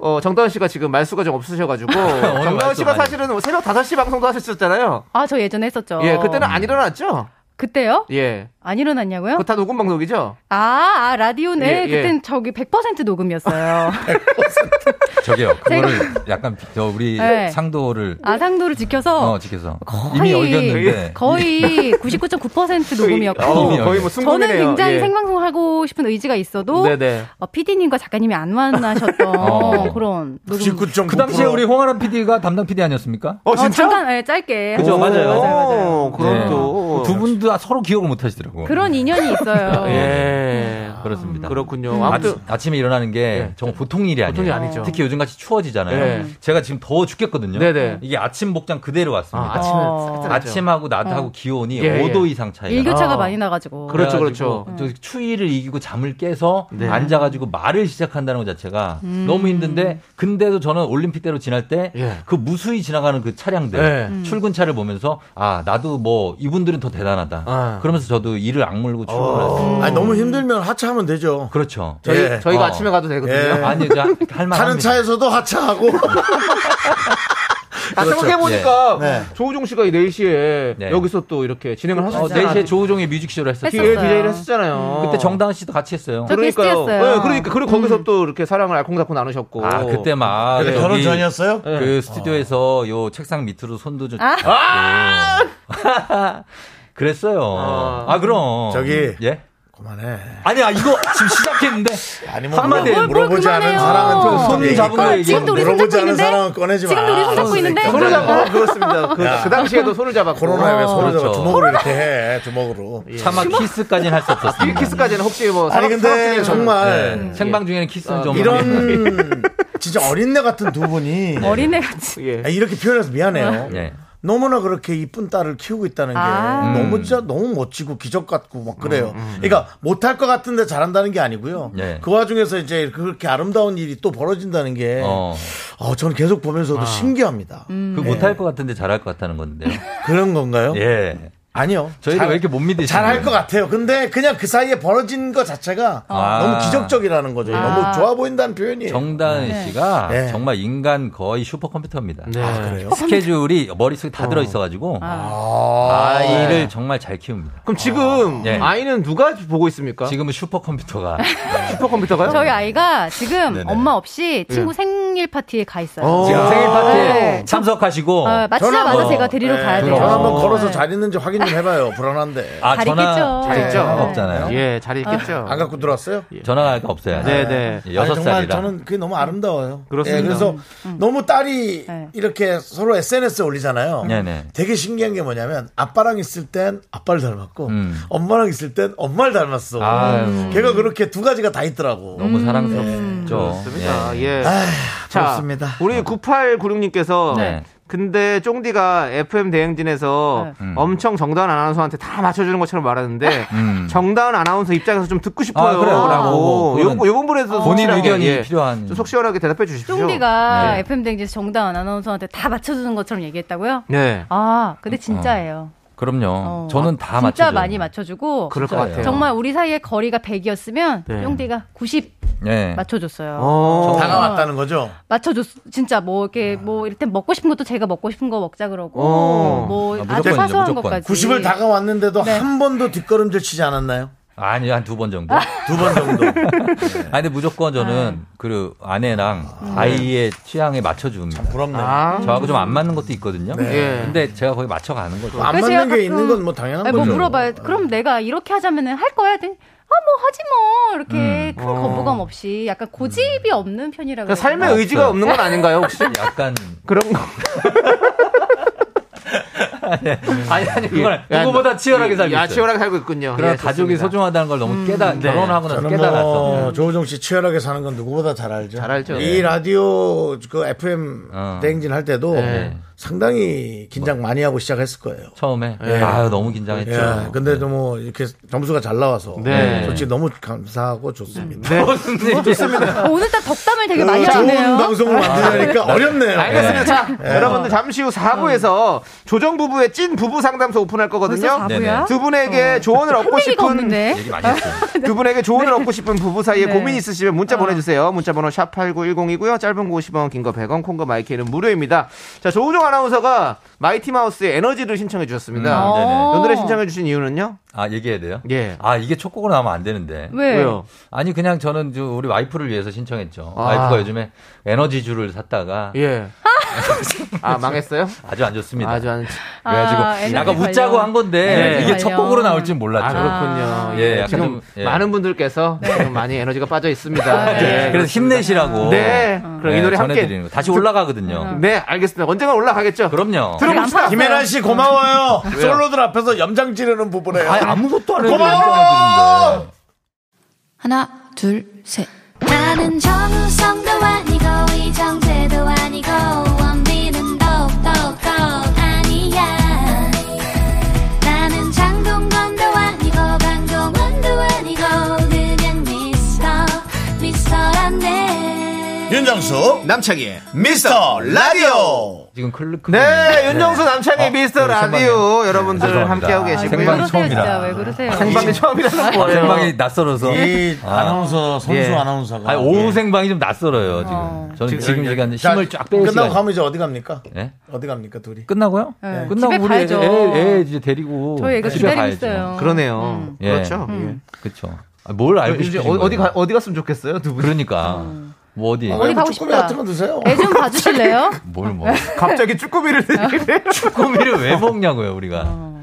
어, 정다은 씨가 지금 말수가 좀 없으셔가지고 정다은 말수 씨가 많이. 사실은 새벽 5시 방송도 하셨었잖아요. 아저 예전에 했었죠. 예, 그때는 안 일어났죠. 그때요? 예, 안 일어났냐고요? 그거 다 녹음 방송이죠. 아, 아 라디오네. 예, 예. 그땐 저기 100% 녹음이었어요. 저기요, 그거를 약간 비- 저 우리 네. 상도를 아상도를 지켜서 어 지켜서 이미 어겼는데 거의 99.9% 어, 녹음이었고 이미 거의 뭐 저는 승부이네요. 굉장히 예. 생방송을 하고 싶은 의지가 있어도 네네. 어, PD님과 작가님이 안 만나셨던 어. 그런 녹음. 99.9%. 그 당시에 우리 홍아람 PD가 담당 PD 아니었습니까? 어 어, 진짜? 잠깐 예, 짧게 그죠, 오, 맞아요. 맞아요, 맞아요. 그럼 네. 또. 두 분도 다 서로 기억을 못 하시더라고. 그런 인연이 있어요. 예. 그렇습니다. 그렇군요. 아무튼. 네. 음. 아침, 아침에 일어나는 게 정말 보통 일이 아니에요. 네. 보통이 아니죠. 특히 요즘 같이 추워지잖아요. 네. 제가 지금 더워 죽겠거든요. 네네. 이게 아침 복장 그대로 왔습니다. 아, 아침에 어. 쌀쌀하죠. 아침하고 낮하고 기온이 예, 예. 5도 이상 차이가 일교차가 아. 많이 나가지고. 그렇- 그렇죠, 그렇죠. 그래가지고 어, 저 추위를 이기고 잠을 깨서 앉아가지고 말을 시작한다는 것 자체가 너무 힘든데, 근데도 저는 올림픽대로 지날 때 그 예. 무수히 지나가는 그 차량들, 예. 음. 출근차를 보면서 아 나도 뭐 이분들은 더 대단하다. 아. 그러면서 저도 이를 악물고 출근을 했어요. 아니, 너무 힘들면 하차하면 되죠. 그렇죠. 네. 저희, 예. 저희가 어. 아침에 가도 되거든요. 예. 아니 이제 할만 타는 차에서도 하차하고 아, 생각해보니까 네. 조우종 씨가 이 4시에 그렇죠. 네. 여기서 또 이렇게 진행을 어, 하셨잖아요. 4시에 조우종의 뮤직쇼를 했었죠. 했었어요. 뒤에 DJ를 했었잖아요. 그때 정다은 씨도 같이 했어요. 저 그러니까요. 게스트였어요. 예, 그러니까. 그리고 거기서 또 이렇게 사랑을 알콩달콩 나누셨고. 아 그때 막 네. 아. 결혼 저기 전이었어요? 그 스튜디오에서 요 책상 밑으로 손도 좀. 아. 잡고. 그랬어요. 아. 아 그럼. 저기. 예. 그만해. 아니야 이거 지금 시작했는데. 아니면 한마디. 물어- 뭘, 뭘 물어보지 않은 그만해요. 아, 사랑은 손 잡은 거 얘기. 지금도 우리 손 물어보지 잡고 않은 있는데? 사랑은 꺼내지 마. 지금도 우리 손 잡고 있는데? 손을 그러니까. 아, 잡고, 그렇습니다. 그, 그 당시에도 손을 잡았고. 코로나에 왜 손을 그렇죠. 잡아 주먹으로 이렇게 해 주먹으로. 차마 키스까지는 할 수 없었어요. 아, 그 딜키스까지는 예. 아, 혹시 뭐. 아니 근데 정말 네. 생방 중에는 키스는 아, 좀. 이런 진짜 어린애 같은 두 분이 어린애 같이. 예. 아, 이렇게 표현해서 미안해요. 네. 너무나 그렇게 이쁜 딸을 키우고 있다는 게 아. 음. 너무 진짜 너무 멋지고 기적 같고 막 그래요. 그러니까 못할 것 같은데 잘한다는 게 아니고요. 네. 그 와중에서 이제 그렇게 아름다운 일이 또 벌어진다는 게 어. 아. 어, 저는 계속 보면서도 신기합니다. 그 못할 것 같은데 잘할 것 같다는 건데요. 그런 건가요? 예. 아니요. 네. 저희를 잘- 왜 이렇게 못 믿으시는 잘할 거예요? 것 같아요. 근데 그냥 그 사이에 벌어진 것 자체가 아. 너무 기적적이라는 거죠. 너무 좋아 보인다는 표현이에요. 정다은 씨가 네. 아, 정말 인간 거의 슈퍼컴퓨터입니다. 그래요? 스케줄이 머릿속에 다 들어있어가지고 아, 이를 정말 잘 키웁니다. 그럼 지금 네. 아이는 누가 보고 있습니까? 지금은 슈퍼컴퓨터가 슈퍼컴퓨터가요? 저희 아이가 지금 네네. 엄마 없이 친구 생일 파티에 가 있어요. 지금 예. 생일 파티에 네. 참석하시고 어, 마치자마자 전화- 제가 데리러 네, 가야 돼요. 전화 한번 어. 걸어서 잘 있는지 확인 좀 해봐요. 불안한데. 아, 잘 전화 있겠죠. 잘 있죠. 네. 없잖아요. 예, 잘 있겠죠. 안 갖고 들어왔어요? 전화가 없어요. 네, 네. 예, 아니, 여섯 정말 살이라. 음. 저는 그게 너무 아름다워요. 그렇습니다. 예, 그래서 너무 딸이 네. 이렇게 서로 SNS에 올리잖아요. 네네. 되게 신기한 게 뭐냐면 아빠랑 있을 땐 아빠를 닮았고 음. 엄마랑 있을 땐 엄마를 닮았어. 아유. 음. 걔가 그렇게 두 가지가 다 있더라고. 음. 너무 사랑스럽죠. 그렇습니다. 예. 아. 예. 아휴, 자, 그렇습니다. 우리 9896님께서 네. 근데 쫑디가 FM 대행진에서 네. 음. 엄청 정다은 아나운서한테 다 맞춰주는 것처럼 말하는데 음. 정다은 아나운서 입장에서 좀 듣고 싶어요. 아, 그래요. 라고. 그거는 요, 번 분에서 본인 의견이 필요한. 예. 좀속 시원하게 대답해 주십시오. 쫑디가 네. FM 댕지에서 정다은 아나운서한테 다 맞춰주는 것처럼 얘기했다고요? 네. 아, 근데 진짜예요. 그럼요. 어. 저는 다 진짜 맞죠. 많이 맞춰주고 그럴 것 진짜예요. 같아요. 정말 우리 사이의 거리가 100이었으면 네. 쫑디가 90 예. 맞춰줬어요. 어. 다가왔다는 거죠. 맞춰줬 진짜 뭐 이렇게 뭐 이렇게 먹고 싶은 것도 제가 먹고 싶은 거 먹자 그러고 어. 뭐 아, 아주 무조건이죠, 사소한 무조건. 것까지 90을 다가왔는데도 음. 네. 한 번도 뒷걸음질 치지 않았나요? 아니 한 두 번 정도. 예. 두 번 정도. 아니 근데 무조건 저는 아. 그 아내랑 음. 아이의 취향에 맞춰줍니다. 부럽네요. 아. 저하고 좀 안 맞는 것도 있거든요. 네. 예. 근데 제가 거기 맞춰가는 거죠. 안 그래서 맞는 제가 게 있는 가끔- 건 뭐 당연한 아니, 뭐 거죠. 물어봐요. 그럼 내가 이렇게 하자면은 할 거야? 돼? 아, 뭐 하지 뭐. 이렇게 큰 거부감 없이 약간 고집이 없는 편이라고. 그러니까 삶의 아, 없어요. 의지가 없는 건 아닌가요, 혹시? 약간 그런 거. 아니 아니 그건 야, 누구보다 치열하게 살고 야, 있어요. 예. 치열하게 살고 있군요. 그런 예, 가족이 좋습니다. 소중하다는 네. 걸 너무 음. 깨달 결혼하고 나서 저는 깨달았어. 뭐 조우정 씨 치열하게 사는 건 누구보다 잘 알죠. 잘 알죠. 이 라디오 그 FM 어. 대행진 할 때도 상당히 긴장 많이 하고 시작했을 거예요. 처음에 아유 너무 긴장했죠. 네. 예. 근데도 뭐 이렇게 점수가 잘 나와서 네. 솔직히 너무 감사하고 좋습니다. 네. 오늘따라 덕담을 되게 그 많이 좋은 하네요. 방송을 만들려니까 어렵네요. 알겠습니다. 예. 자, 여러분들 잠시 후 4부에서 조정 부부의 찐 부부 상담소 오픈할 벌써 거거든요. 바보야? 어. 두 분에게 조언을 얻고 흥미가 싶은 없는데. 얘기 많이 했어요. 두 분에게 조언을 얻고 싶은 부부 사이에 네. 고민 있으시면 문자 보내주세요. 문자 번호 샵 8910이고요. 짧은 거 50원, 긴 거 100원, 콩과 마이크는 무료입니다. 자, 조우종 아나운서가 마이티 마우스의 에너지를 신청해 주셨습니다. 음. 어. 네네. 연노래 신청해 주신 이유는요? 아 얘기해야 돼요? 예. 아 이게 첫 곡으로 나오면 안 되는데. 왜? 왜요? 아니 그냥 저는 저 우리 와이프를 위해서 신청했죠. 아. 와이프가 요즘에 에너지주를 샀다가 예. 아, 망했어요? 아주 안 좋습니다. 아주 안. 그래가지고 아, 에너지 약간 웃자고 관련. 한 건데 네. 이게 첫 관련. 곡으로 나올 줄 아, 몰랐죠. 그렇군요. 예, 예, 약간 지금 좀, 예. 많은 분들께서 지금 많이 에너지가 빠져 있습니다. 예, 그래서 힘내시라고. 네. 그럼 이 노래 함께. 전해드리는 거. 다시 올라가거든요. 음. 네, 알겠습니다. 언젠가 올라가겠죠. 그럼요. 들어봅시다. 네. 김혜란 씨 고마워요. 솔로들 앞에서 염장 지르는 부분에 아니, 아무것도 안 해도 고마워. 인정해주는데. 하나, 둘, 셋. 나는 정우성도 아니고 이정재도 아니고 원빈은 더욱더 아니야 나는 장동건도 아니고 강동원도 아니고 그냥 미스터 미스터란데 윤정수 남창희 미스터 라디오. 지금 클릭. 네, 윤정수 남창희 어, 미스터 라디오 여러분들 네, 죄송합니다. 함께하고 아, 왜 계시고요. 생방이 그러세요, 처음이라. 진짜. 왜 그러세요? 생방이 처음이라서 뭐예요? 네. 생방이 낯설어서. 이 아. 아나운서 선수 예. 아나운서가 아니, 오후 생방이 좀 낯설어요, 지금. 저는 지금 시간 자, 힘을 쫙 빼고. 끝나고 가면 이제 어디 갑니까? 예? 어디 갑니까 둘이? 끝나고요? 네. 끝나고 집에 우리 애, 가야죠. 애, 애 이제 데리고. 저희 애가 집에 기다리고 가야죠. 있어요. 그러네요. 예. 그렇죠. 그쵸. 아, 뭘 예. 알고 이제 싶으신 어, 거예요? 어디 가, 어디 갔으면 좋겠어요, 두 분. 그러니까. 뭐 어디? 아니, 뭐 가고 쭈꾸미 싶다. 같은 거 드세요. 애 좀 봐주실래요? 뭘 뭐. 갑자기 쭈꾸미를 드리네. 쭈꾸미를 왜 먹냐고요, 우리가. 어.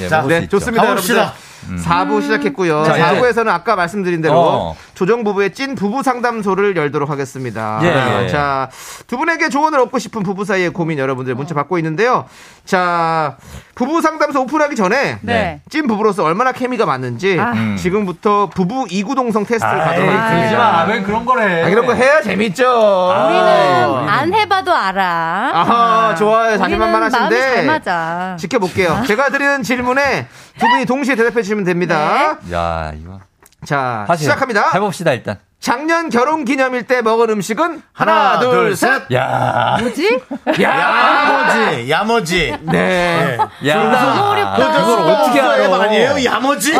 예, 자, 먹을 수 네, 있죠. 음. 좋습니다. 가봅시다. 여러분들. 4부 시작했고요. 자, 이제- 4부에서는 아까 말씀드린 대로 어. 조정 부부의 찐 부부 상담소를 열도록 하겠습니다. 예, 예. 자, 두 분에게 조언을 얻고 싶은 부부 사이의 고민 여러분들 문자 받고 있는데요. 자, 부부 상담소 오픈하기 전에 네. 아. 음. 찐 부부로서 얼마나 케미가 맞는지 지금부터 부부 이구동성 테스트를 가도록 그러지 하겠습니다. 아, 예. 마. 왜 그런 걸 해? 아, 이런 거 해야 재밌죠. 어, 우리는 안 해봐도 알아. 아하, 좋아요. 자신만만 우리는 하신데. 마음이 잘 맞아. 지켜볼게요. 제가 드리는 질문에 두 분이 동시에 대답해 주시면 됩니다. 네. 야, 이거. 자, 하세요. 시작합니다. 해봅시다, 일단. 작년 결혼 기념일 때 먹은 음식은 하나, 하나, 둘, 둘, 셋. 셋. 야. 뭐지? 야머지, 야머지. 네. 야. 너무 어렵다. 그걸 어떻게 알아? 알아요? 아니에요? 야머지?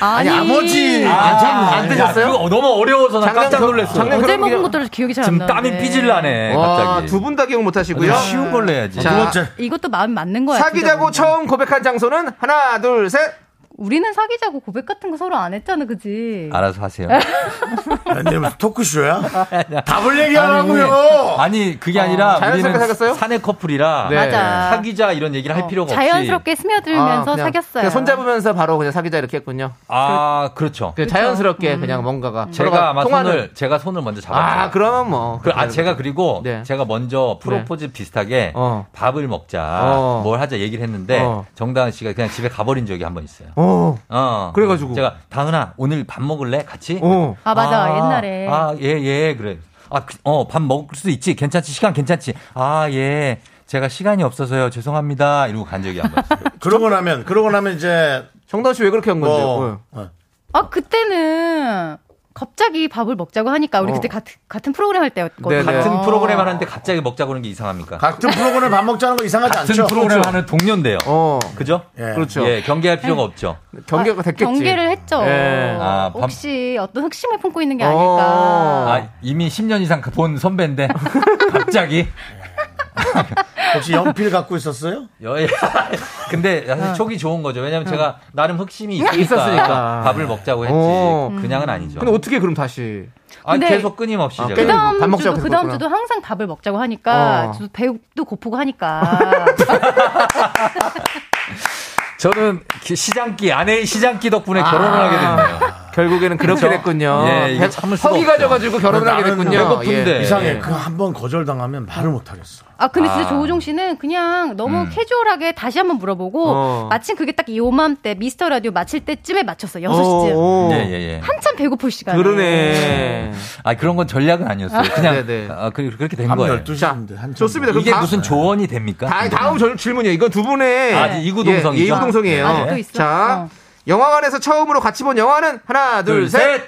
아니, 야머지. 아, 안 드셨어요? 그거 너무 어려워서 난 작년 깜짝 결- 놀랐어요. 작년 어제 그럼 그냥- 먹은 것도 기억이 잘 안 나. 지금 땀이 삐질 나네. 와, 갑자기. 두 분 다 기억 못 하시고요. 그냥 쉬운 걸로 해야지. 자, 두 번째. 이것도 마음이 맞는 거야. 진짜 사귀자고 뭔가. 처음 고백한 장소는 하나, 둘, 셋. 우리는 사귀자고 고백 같은 거 서로 안 했잖아, 그지? 알아서 하세요. 아니, 무슨 토크쇼야? 답을 얘기하라고요. 아니 그게 아니라 자연스럽게 우리는 사귀었어요? 사내 커플이라 네. 맞아. 어, 사귀자 이런 얘기를 할 필요가 자연스럽게 없이 스며들면서 아, 그냥- 사귀었어요. 그냥 손잡으면서 바로 그냥 사귀자 이렇게 했군요. 아 그렇죠. 그 자연스럽게 음. 그냥 뭔가가 제가 서로가 아마 통하는- 손을 제가 손을 먼저 잡았어요. 아, 그러면 뭐. 그, 아, 제가 그리고 네. 제가 먼저 프로포즈 비슷하게 어. 밥을 먹자, 어. 뭘 하자 얘기를 했는데 어. 정다은 씨가 그냥 집에 가버린 적이 한 번 있어요. 어. 어. 그래가지고. 제가 다은아 오늘 밥 먹을래 같이? 어. 아, 맞아. 옛날에. 아예예 그래. 아어밥 먹을 수 있지 괜찮지 시간 괜찮지 아 예. 제가 시간이 없어서요 죄송합니다 이러고 간 적이 한 번 있어요. 아, 그러고 나면, 그러고 나면 이제, 정다은 씨왜 그렇게 한 건데요? 뭐, 어. 어. 아, 그때는 갑자기 밥을 먹자고 하니까 우리 어. 그때 같은, 같은 프로그램 할 때였거든요. 네, 네. 같은 프로그램 하는데 갑자기 먹자고 하는 게 이상합니까? 같은 프로그램 밥 먹자는 거 이상하지 같은 않죠? 프로그램 하는 동료인데요. 어. 그죠? 예. 그렇죠. 네. 예, 경계할 필요가 없죠. 경계가 아, 됐겠지. 경계를 했죠. 예. 아, 밤- 혹시 어떤 흑심을 품고 있는 게 어. 아닐까. 아, 이미 10년 이상 본 선배인데 갑자기 혹시 연필 갖고 있었어요? 여- 예. 근데 어. 사실 촉이 좋은 거죠. 왜냐면 제가 나름 흑심이 있으니까, 있었으니까. 밥을 먹자고 했지. 어. 그냥은 아니죠. 근데 어떻게 그럼 다시 아, 근데- 계속 끊임없이 아, 제가. 끊임- 그다음 밥 먹자고 주도 계속 그다음 먹구나. 주도 항상 밥을 먹자고 하니까 어. 저도 배도 고프고 하니까 저는 기- 시장기 아내의 시장기 덕분에 아. 결혼을 하게 됐네요. 결국에는 그렇게 그렇죠? 됐군요. 예, 이게 배- 참을 수가 허기가 없죠. 져가지고 결혼을 하게 됐군요. 나는 배고픈데. 예. 이상해. 예. 그 한 번 거절당하면 말을 못하겠어. 아 근데 진짜 아. 조우종 씨는 그냥 너무 캐주얼하게 다시 한번 물어보고 음. 어. 마침 그게 딱 이 오맘때 미스터 라디오 마칠 때쯤에 맞췄어 요 6시쯤 오, 오. 예, 예, 예. 한참 배고플 시간에 그러네. 아, 그런 건 전략은 아니었어요. 그냥, 네네. 아, 그, 렇게된 밤 거예요. 12시인데, 한참. 좋습니다. 그럼 이게 다, 무슨 조언이 됩니까? 다, 다음 절- 질문이에요. 이건 두 분의 아, 이제 예, 이구동성이죠? 예, 이구동성이에요. 아, 또 있어? 자, 어. 영화관에서 처음으로 같이 본 영화는 하나, 둘, 둘, 셋. 셋!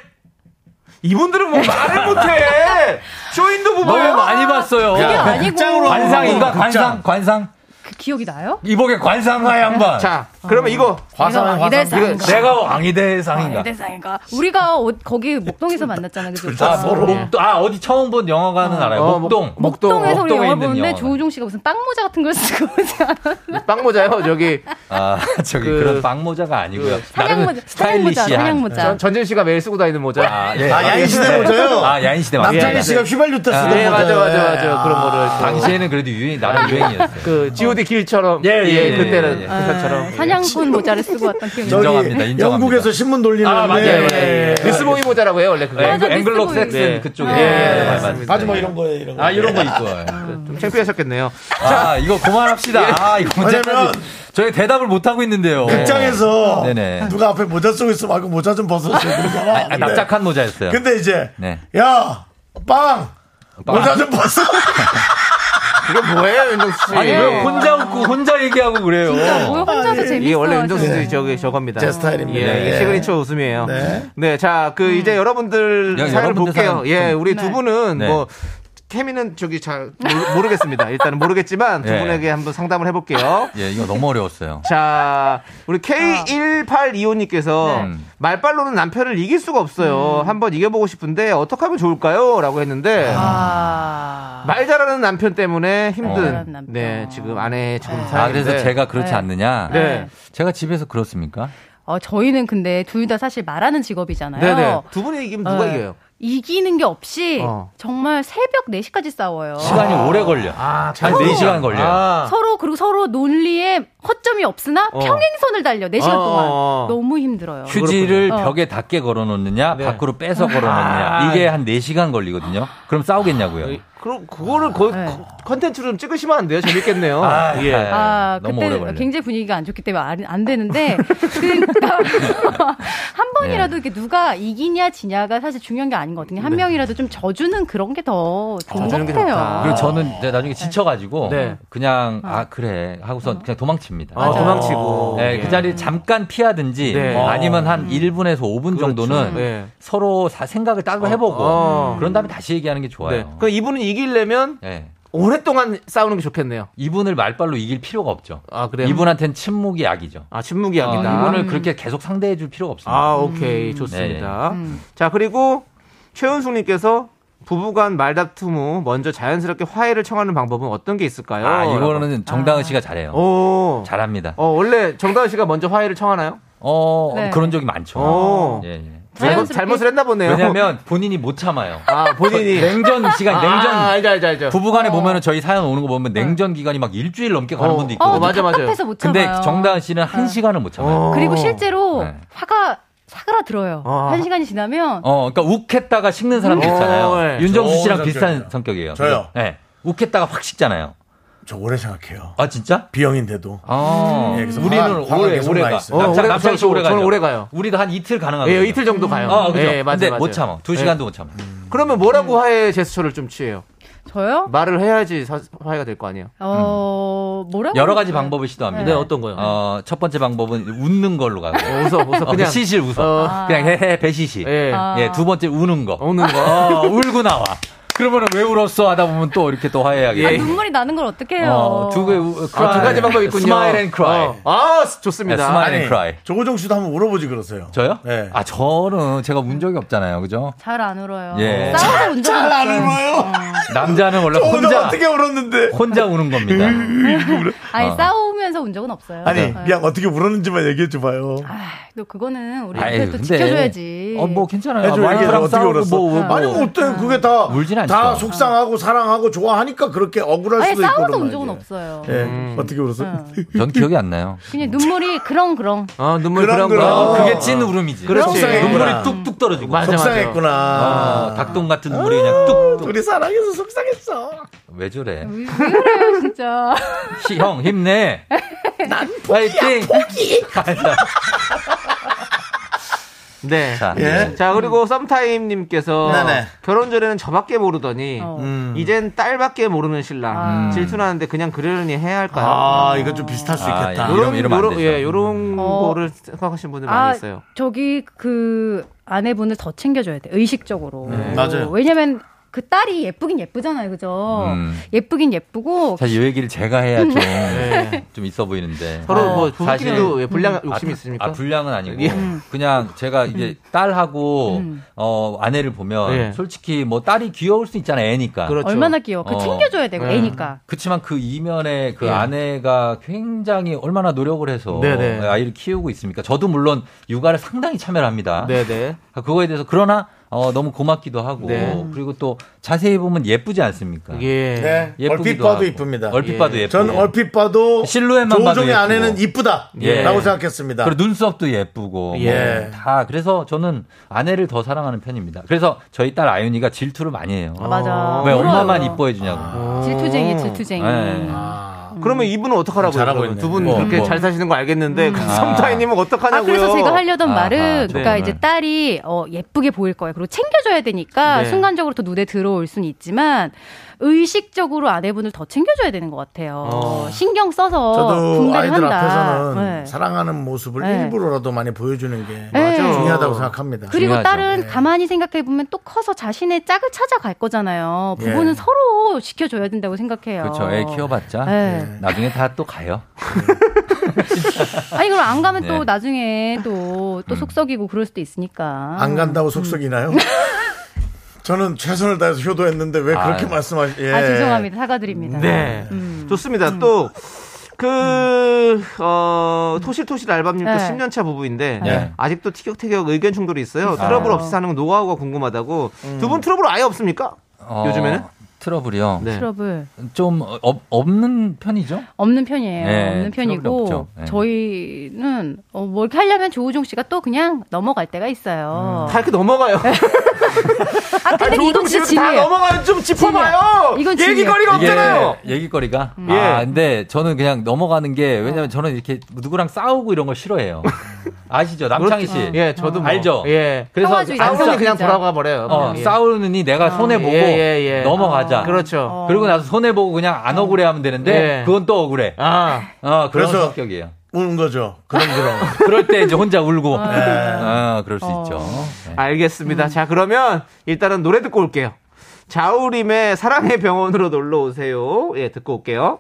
이분들은 뭐 말을 못해. 쇼인도 너무 부부예요. 많이 봤어요. 그게 야, 아니고 극장으로 어. 관상인가? 극장. 관상? 관상? 그 기억이 나요? 이복의 관상가 양반. 자, 그러면 이거 내가 화상, 왕이 될 화상. 상인가? 내가 아, 왕이 될 상인가? 아, 대상인가? 우리가 어- 거기 목동에서 만났잖아, 그죠? 다 오빠? 서로. 네. 목동, 아, 어디 처음 본 영화관은 알아요. 어, 목동. 목- 목동에서 우리 목동에 영화 있는 보는데 영화관. 조우종 씨가 무슨 빵모자 같은 걸 쓰고 오지 않았나? 빵모자요. 저기 아, 저기 그- 그, 런 빵모자가 아니고요. 나름은 사냥모자, 사냥모자, 사냥모자. 전, 전진 씨가 매일 쓰고 다니는 모자. 아, 예. 아, 야인시대 모자요? 아, 야인시대 맞아요. 남창희 씨가 휘발유 때 쓰던 예, 맞아, 맞아, 맞아. 그런 거를. 또. 당시에는 그래도 유행, 나름 유행이었어요. 그 G.O.D 길처럼. 예, 예, 예, 그때는 예, 예. 그처럼. 아, 사냥꾼 모자를 쓰고 왔던 기억이 나요. 저기 인정합니다, 인정합니다. 영국에서 신문 돌리는데. 아, 맞아요, 맞아요. 예, 리스보이 모자라고 해요 원래 그거. 맞아, 앵글- 앵글록 미스보이. 섹슨 네. 그쪽에. 아, 예, 예, 맞습니다. 마지막 이런 거예요, 이런 거. 아, 이런 거 있고. 좀그 창피하셨겠네요. 아, 이거 그만합시다. 아, 이거 왜냐면- 문제까지. 저희 대답을 못하고 있는데요. 극장에서 네네. 누가 앞에 모자 쓰고 있어 말고 모자 좀 벗어주세요. 그러잖아. 아, 근데- 납작한 모자였어요. 근데 이제, 네. 야, 빵! 빵. 모자 좀 벗어! 이게 뭐예요, 윤정수 씨? 아니, 왜 혼자 웃고 혼자 얘기하고 그래요? 뭘 혼자서 재밌어. 아, 예. 이게 원래 윤정수 씨 저기 저겁니다. 제 스타일입니다. 예, 이게 예. 시그니처 웃음이에요. 네. 네, 자, 그 이제 여러분들 여- 사연을 여러분들 볼게요. 사연 예, 우리 두 네. 분은 네. 뭐 케미는 저기 잘 모르- 모르겠습니다. 일단은 모르겠지만 두 예. 분에게 한번 상담을 해볼게요. 예, 이거 너무 어려웠어요. 자, 우리 K1825님께서 어. 네. 음. 말빨로는 남편을 이길 수가 없어요. 한번 이겨보고 싶은데 어떻게 하면 좋을까요? 라고 했는데 아. 말 잘하는 남편 때문에 어. 힘든 잘하는 남편. 네 지금 아내 지금 아, 사연인데. 그래서 제가 그렇지 네. 않느냐? 네. 제가 집에서 그렇습니까? 어, 저희는 근데 둘 다 사실 말하는 직업이잖아요. 어. 네네 두 분이 이기면 누가 네. 이겨요? 이기는 게 없이 어. 정말 새벽 4시까지 싸워요. 시간이 오래 걸려. 아, 한 4시간 걸려요. 아, 서로 그리고 서로 논리에 허점이 없으나 어. 평행선을 달려 4시간 어, 동안 어, 어. 너무 힘들어요. 휴지를 그렇군요. 벽에 닿게 걸어 놓느냐, 네. 밖으로 빼서 걸어 놓느냐. 아. 이게 한 4시간 걸리거든요. 그럼 싸우겠냐고요. 그럼 그거를 거, 네. 거- 컨텐츠로 좀 찍으시면 안 돼요? 재밌겠네요. 아, 예. 아, 아, 너무 오래 걸려. 그때 굉장히 분위기가 안 좋기 때문에 안, 안 되는데 그러니까 한 번이라도 네. 이렇게 누가 이기냐 지냐가 사실 중요한 게 아닌 거거든요. 한 명이라도 좀 져주는 그런 게 더 아, 좋은 것 져주는 게 좋다. 같아요. 아, 그리고 저는 이제 나중에 지쳐가지고 네. 그냥 아 그래 하고서 그냥 도망칩니다. 아, 맞아요. 도망치고. 네, 그 예. 자리 잠깐 피하든지 어. 네. 아니면 한 1분에서 5분 정도는 네. 서로 사- 생각을 따로 해보고 어. 그런 다음에 다시 얘기하는 게 좋아요. 그 이분은 이기려면 네. 오랫동안 싸우는 게 좋겠네요. 이분을 말발로 이길 필요가 없죠. 아, 그래요? 이분한테는 침묵이 약이죠. 아, 침묵이 약이다. 이분을 음. 그렇게 계속 상대해 줄 필요가 없습니다. 아, 음. 오케이. 네, 좋습니다. 음. 자, 그리고 최은숙님께서 부부간 말다툼 후 먼저 자연스럽게 화해를 청하는 방법은 어떤 어. 게 있을까요? 아, 이거는 정다은 씨가 잘해요. 오. 잘합니다. 어, 원래 정다은 씨가 먼저 화해를 청하나요? 어, 네. 그런 적이 많죠. 어. 예, 예. 잘못, 잘못을 했나 보네요. 왜냐면 본인이 못 참아요. 아, 본인이. 냉전 시간, 아, 냉전. 아, 알죠, 알죠, 알죠. 부부간에 어. 보면은 저희 사연 오는 거 보면 냉전 기간이 막 일주일 넘게 가는 어. 분도 있고. 네. 어, 맞아, 맞아요. 답답해서 못 근데 참아요. 네. 정다은 씨는 한 시간을 못 참아요. 어. 그리고 실제로 네. 화가 사그라들어요. 아. 한 시간이 지나면 어, 그러니까 욱했다가 식는 사람도 음. 있잖아요. 네. 어, 예. 윤정수 좋은 씨랑 비슷한 성격이에요. 성격이에요. 저요? 네. 욱했다가 확 식잖아요. 저 오래 생각해요. 아 진짜? B형인데도. 아, 예, 그래서 우리는 화가- 화가 오래 계속 오래 나 가. 있어요. 남자- 오래- 남자 씨 저도- 오래 가죠. 저는 오래 가요. 우리도 한 이틀 가능하거든요. 예, 이틀 정도 가요. 아, 그죠. 예, 맞아요, 근데 맞아요. 못 참아. 두 예. 시간도 못 참아. 그러면 음. 뭐라고 화해 제스처를 좀 취해요? 저요? 말을 해야지 사- 화해가 될 거 아니에요? 어 뭐라고 음. 여러 가지 방법을 시도합니다. 네, 어떤 거요? 어, 첫 번째 방법은 웃는 걸로 가고. 어, 웃어, 웃어. 어, 그냥. 시실 웃어. 어. 그냥 헤헤 배시시. 예. 예. 아. 두 번째 우는 거. 우는 거. 어, 울고 나와. 그러면 왜 울었어 하다 보면 또 이렇게 또 화해하게. 아, 눈물이 나는 걸 어떻게 해요? 어, 두, 개, 우, 예. 아, 두 가지 방법이 있군요. Smile and cry. 어. 아, 좋습니다. 네, smile 아니, and cry. 조호정 씨도 한번 울어보지 그러세요. 저요? 네. 아, 저는 제가 운 적이 없잖아요. 그죠? 잘 안 울어요. 예. 싸워서 운전 잘안 울어요. 남자는 원래 조호정 혼자 어떻게 울었는데? 혼자 우는 겁니다. 아니 어. 싸우면서 운 적은 없어요. 아니, 네. 미안, 어떻게 울었는지만 얘기해줘봐요. 아, 또 그거는 우리 아이, 옆에 또 근데- 지켜줘야지. 어, 뭐 괜찮아요. 해줘, 얘기해줘. 와이프랑 어떻게 싸우고 울었어? 뭐 울고. 아니, 뭐, 어때? 그게 다, 울진 않죠. 다 속상하고 사랑하고 좋아하니까 그렇게 억울할 아니 수도 있고. 싸워서 그런 운 적은 말이에요. 없어요. 예, 음. 어떻게 울었어? 전 기억이 안 나요. 그냥 눈물이 그렁그렁. 어, 눈물 그런 그런 거. 거. 그게 찐 울음이지. 그렇지. 눈물이 속상했구나. 뚝뚝 떨어지고. 맞아, 맞아. 속상했구나. 아, 닭똥 같은 눈물이 그냥 뚝뚝. 우리 사랑해서 속상했어. 왜 저래? 왜, 왜 그래요 진짜. 시, 형 힘내. 파이팅. 네. 자, 예. 자, 그리고 썸타임님께서 네네. 음. 결혼 전에는 저밖에 모르더니 어. 아. 이젠 딸밖에 모르는 신랑 질투나는데 그냥 그러려니 해야 할까요? 음. 아, 이건 좀 비슷할 수 아, 있겠다. 예. 이러면- 이러면 안 요런- 되죠. 예, 요런 어. 거를 생각하시는 분들 많이 아 있어요. 저기 그 아내분을 더 챙겨줘야 돼 의식적으로. 어, 맞아요. 왜냐면 그 딸이 예쁘긴 예쁘잖아요, 그죠? 음. 예쁘긴 예쁘고 사실 이 얘기를 제가 해야 좀, 네. 좀 있어 보이는데. 서로 어, 뭐 부부끼리도 왜 불량 욕심이 아, 있습니까? 아, 불량은 아니고. 예. 그냥 제가 이제 음. 딸하고, 어, 아내를 보면, 예. 솔직히 뭐 딸이 귀여울 수 있잖아, 애니까. 그렇죠. 얼마나 귀여워. 그 어. 챙겨줘야 되고 네. 애니까. 그렇지만 그 이면에 그 예. 아내가 굉장히 얼마나 노력을 해서 네네. 아이를 키우고 있습니까? 저도 물론 육아를 상당히 참여합니다. 아, 네네. 그거에 대해서 그러나 어, 너무 고맙기도 하고 네. 그리고 또 자세히 보면 예쁘지 않습니까? 예. 네. 예쁘기도 얼핏 봐도 하고. 이쁩니다. 얼핏 예. 봐도 예쁘고. 전 얼핏 봐도 실루엣만 봐도 조종의 예쁘고. 아내는 이쁘다. 예. 라고 생각했습니다. 그리고 눈썹도 예쁘고 예. 뭐 다 그래서 저는 아내를 더 사랑하는 편입니다. 그래서 저희 딸 아윤이가 질투를 많이 해요. 아, 맞아. 왜 부러워요. 엄마만 이뻐해 주냐고. 아. 질투쟁이, 질투쟁이. 네. 그러면 이분은 어떡하라고요? 잘하고 그러면? 있네. 두분 뭐, 그렇게 뭐. 잘 사시는 거 알겠는데 그 썸타이님은 아, 어떡하냐고요? 그래서 제가 하려던 아하, 말은, 그러니까 저거는. 이제 딸이 어, 예쁘게 보일 거예요. 그리고 챙겨줘야 되니까 네. 순간적으로 더 눈에 들어올 수는 있지만, 의식적으로 아내분을 더 챙겨줘야 되는 것 같아요. 어. 신경 써서 저도 어, 분배를 아이들 한다. 앞에서는 네. 사랑하는 모습을 네. 일부러라도 많이 보여주는 게 네. 중요하다고 생각합니다. 그리고 중요하죠. 딸은 가만히 생각해 보면 또 커서 자신의 짝을 찾아갈 거잖아요. 부부는 예. 서로 지켜줘야 된다고 생각해요. 그렇죠. 애 키워봤자 네. 나중에 다 또 가요. 아니 그럼 안 가면 네. 또 나중에 또 또 속썩이고 그럴 수도 있으니까. 안 간다고 음. 속썩이나요? 저는 최선을 다해서 효도했는데 왜 그렇게 아유. 말씀하시? 예. 아 죄송합니다 사과드립니다. 네. 좋습니다. 또, 그, 어, 토실토실 알밤님도 네. 10년차 부부인데, 네. 아직도 티격태격 의견 충돌이 있어요. 트러블 없이 사는 노하우가 궁금하다고. 두 분 트러블 아예 없습니까? 어, 네. 요즘에는? 트러블이요. 네. 트러블 좀 어- 없- 없는 편이죠. 없는 편이에요. 네, 없는 트러블이 편이고 없죠. 네. 저희는 어, 뭘 이렇게 하려면 조우종 씨가 또 그냥 넘어갈 때가 있어요. 음. 다 이렇게 넘어가요. 아 근데 이건 진짜 다 진이에요. 넘어가요. 좀 짚어봐요. 이건 진이에요. 얘기거리가 없잖아요. 얘기거리가. 예. 아, 근데 저는 그냥 넘어가는 게 왜냐면 저는 이렇게 누구랑 싸우고 이런 걸 싫어해요. 아시죠? 남창희 씨. 음. 그렇지. 예, 저도 뭐. 알죠? 예. 그래서 싸워가지고 싸우니 그냥 진짜. 돌아가 버려요. 어, 그냥. 예. 싸우느니 내가 손해보고 예, 예, 예. 넘어가자. 어. 그렇죠. 그리고 나서 손해보고 그냥 어. 안 억울해 하면 되는데 예. 그건 또 억울해. 아. 어, 그런 그래서 성격이에요. 우는 거죠. 그럼 그럼. 그럴 때 이제 혼자 울고. 네. 아, 그럴 수 어. 있죠. 네. 알겠습니다. 자, 그러면 일단은 노래 듣고 올게요. 자우림의 사랑의 병원으로 놀러 오세요. 예, 듣고 올게요.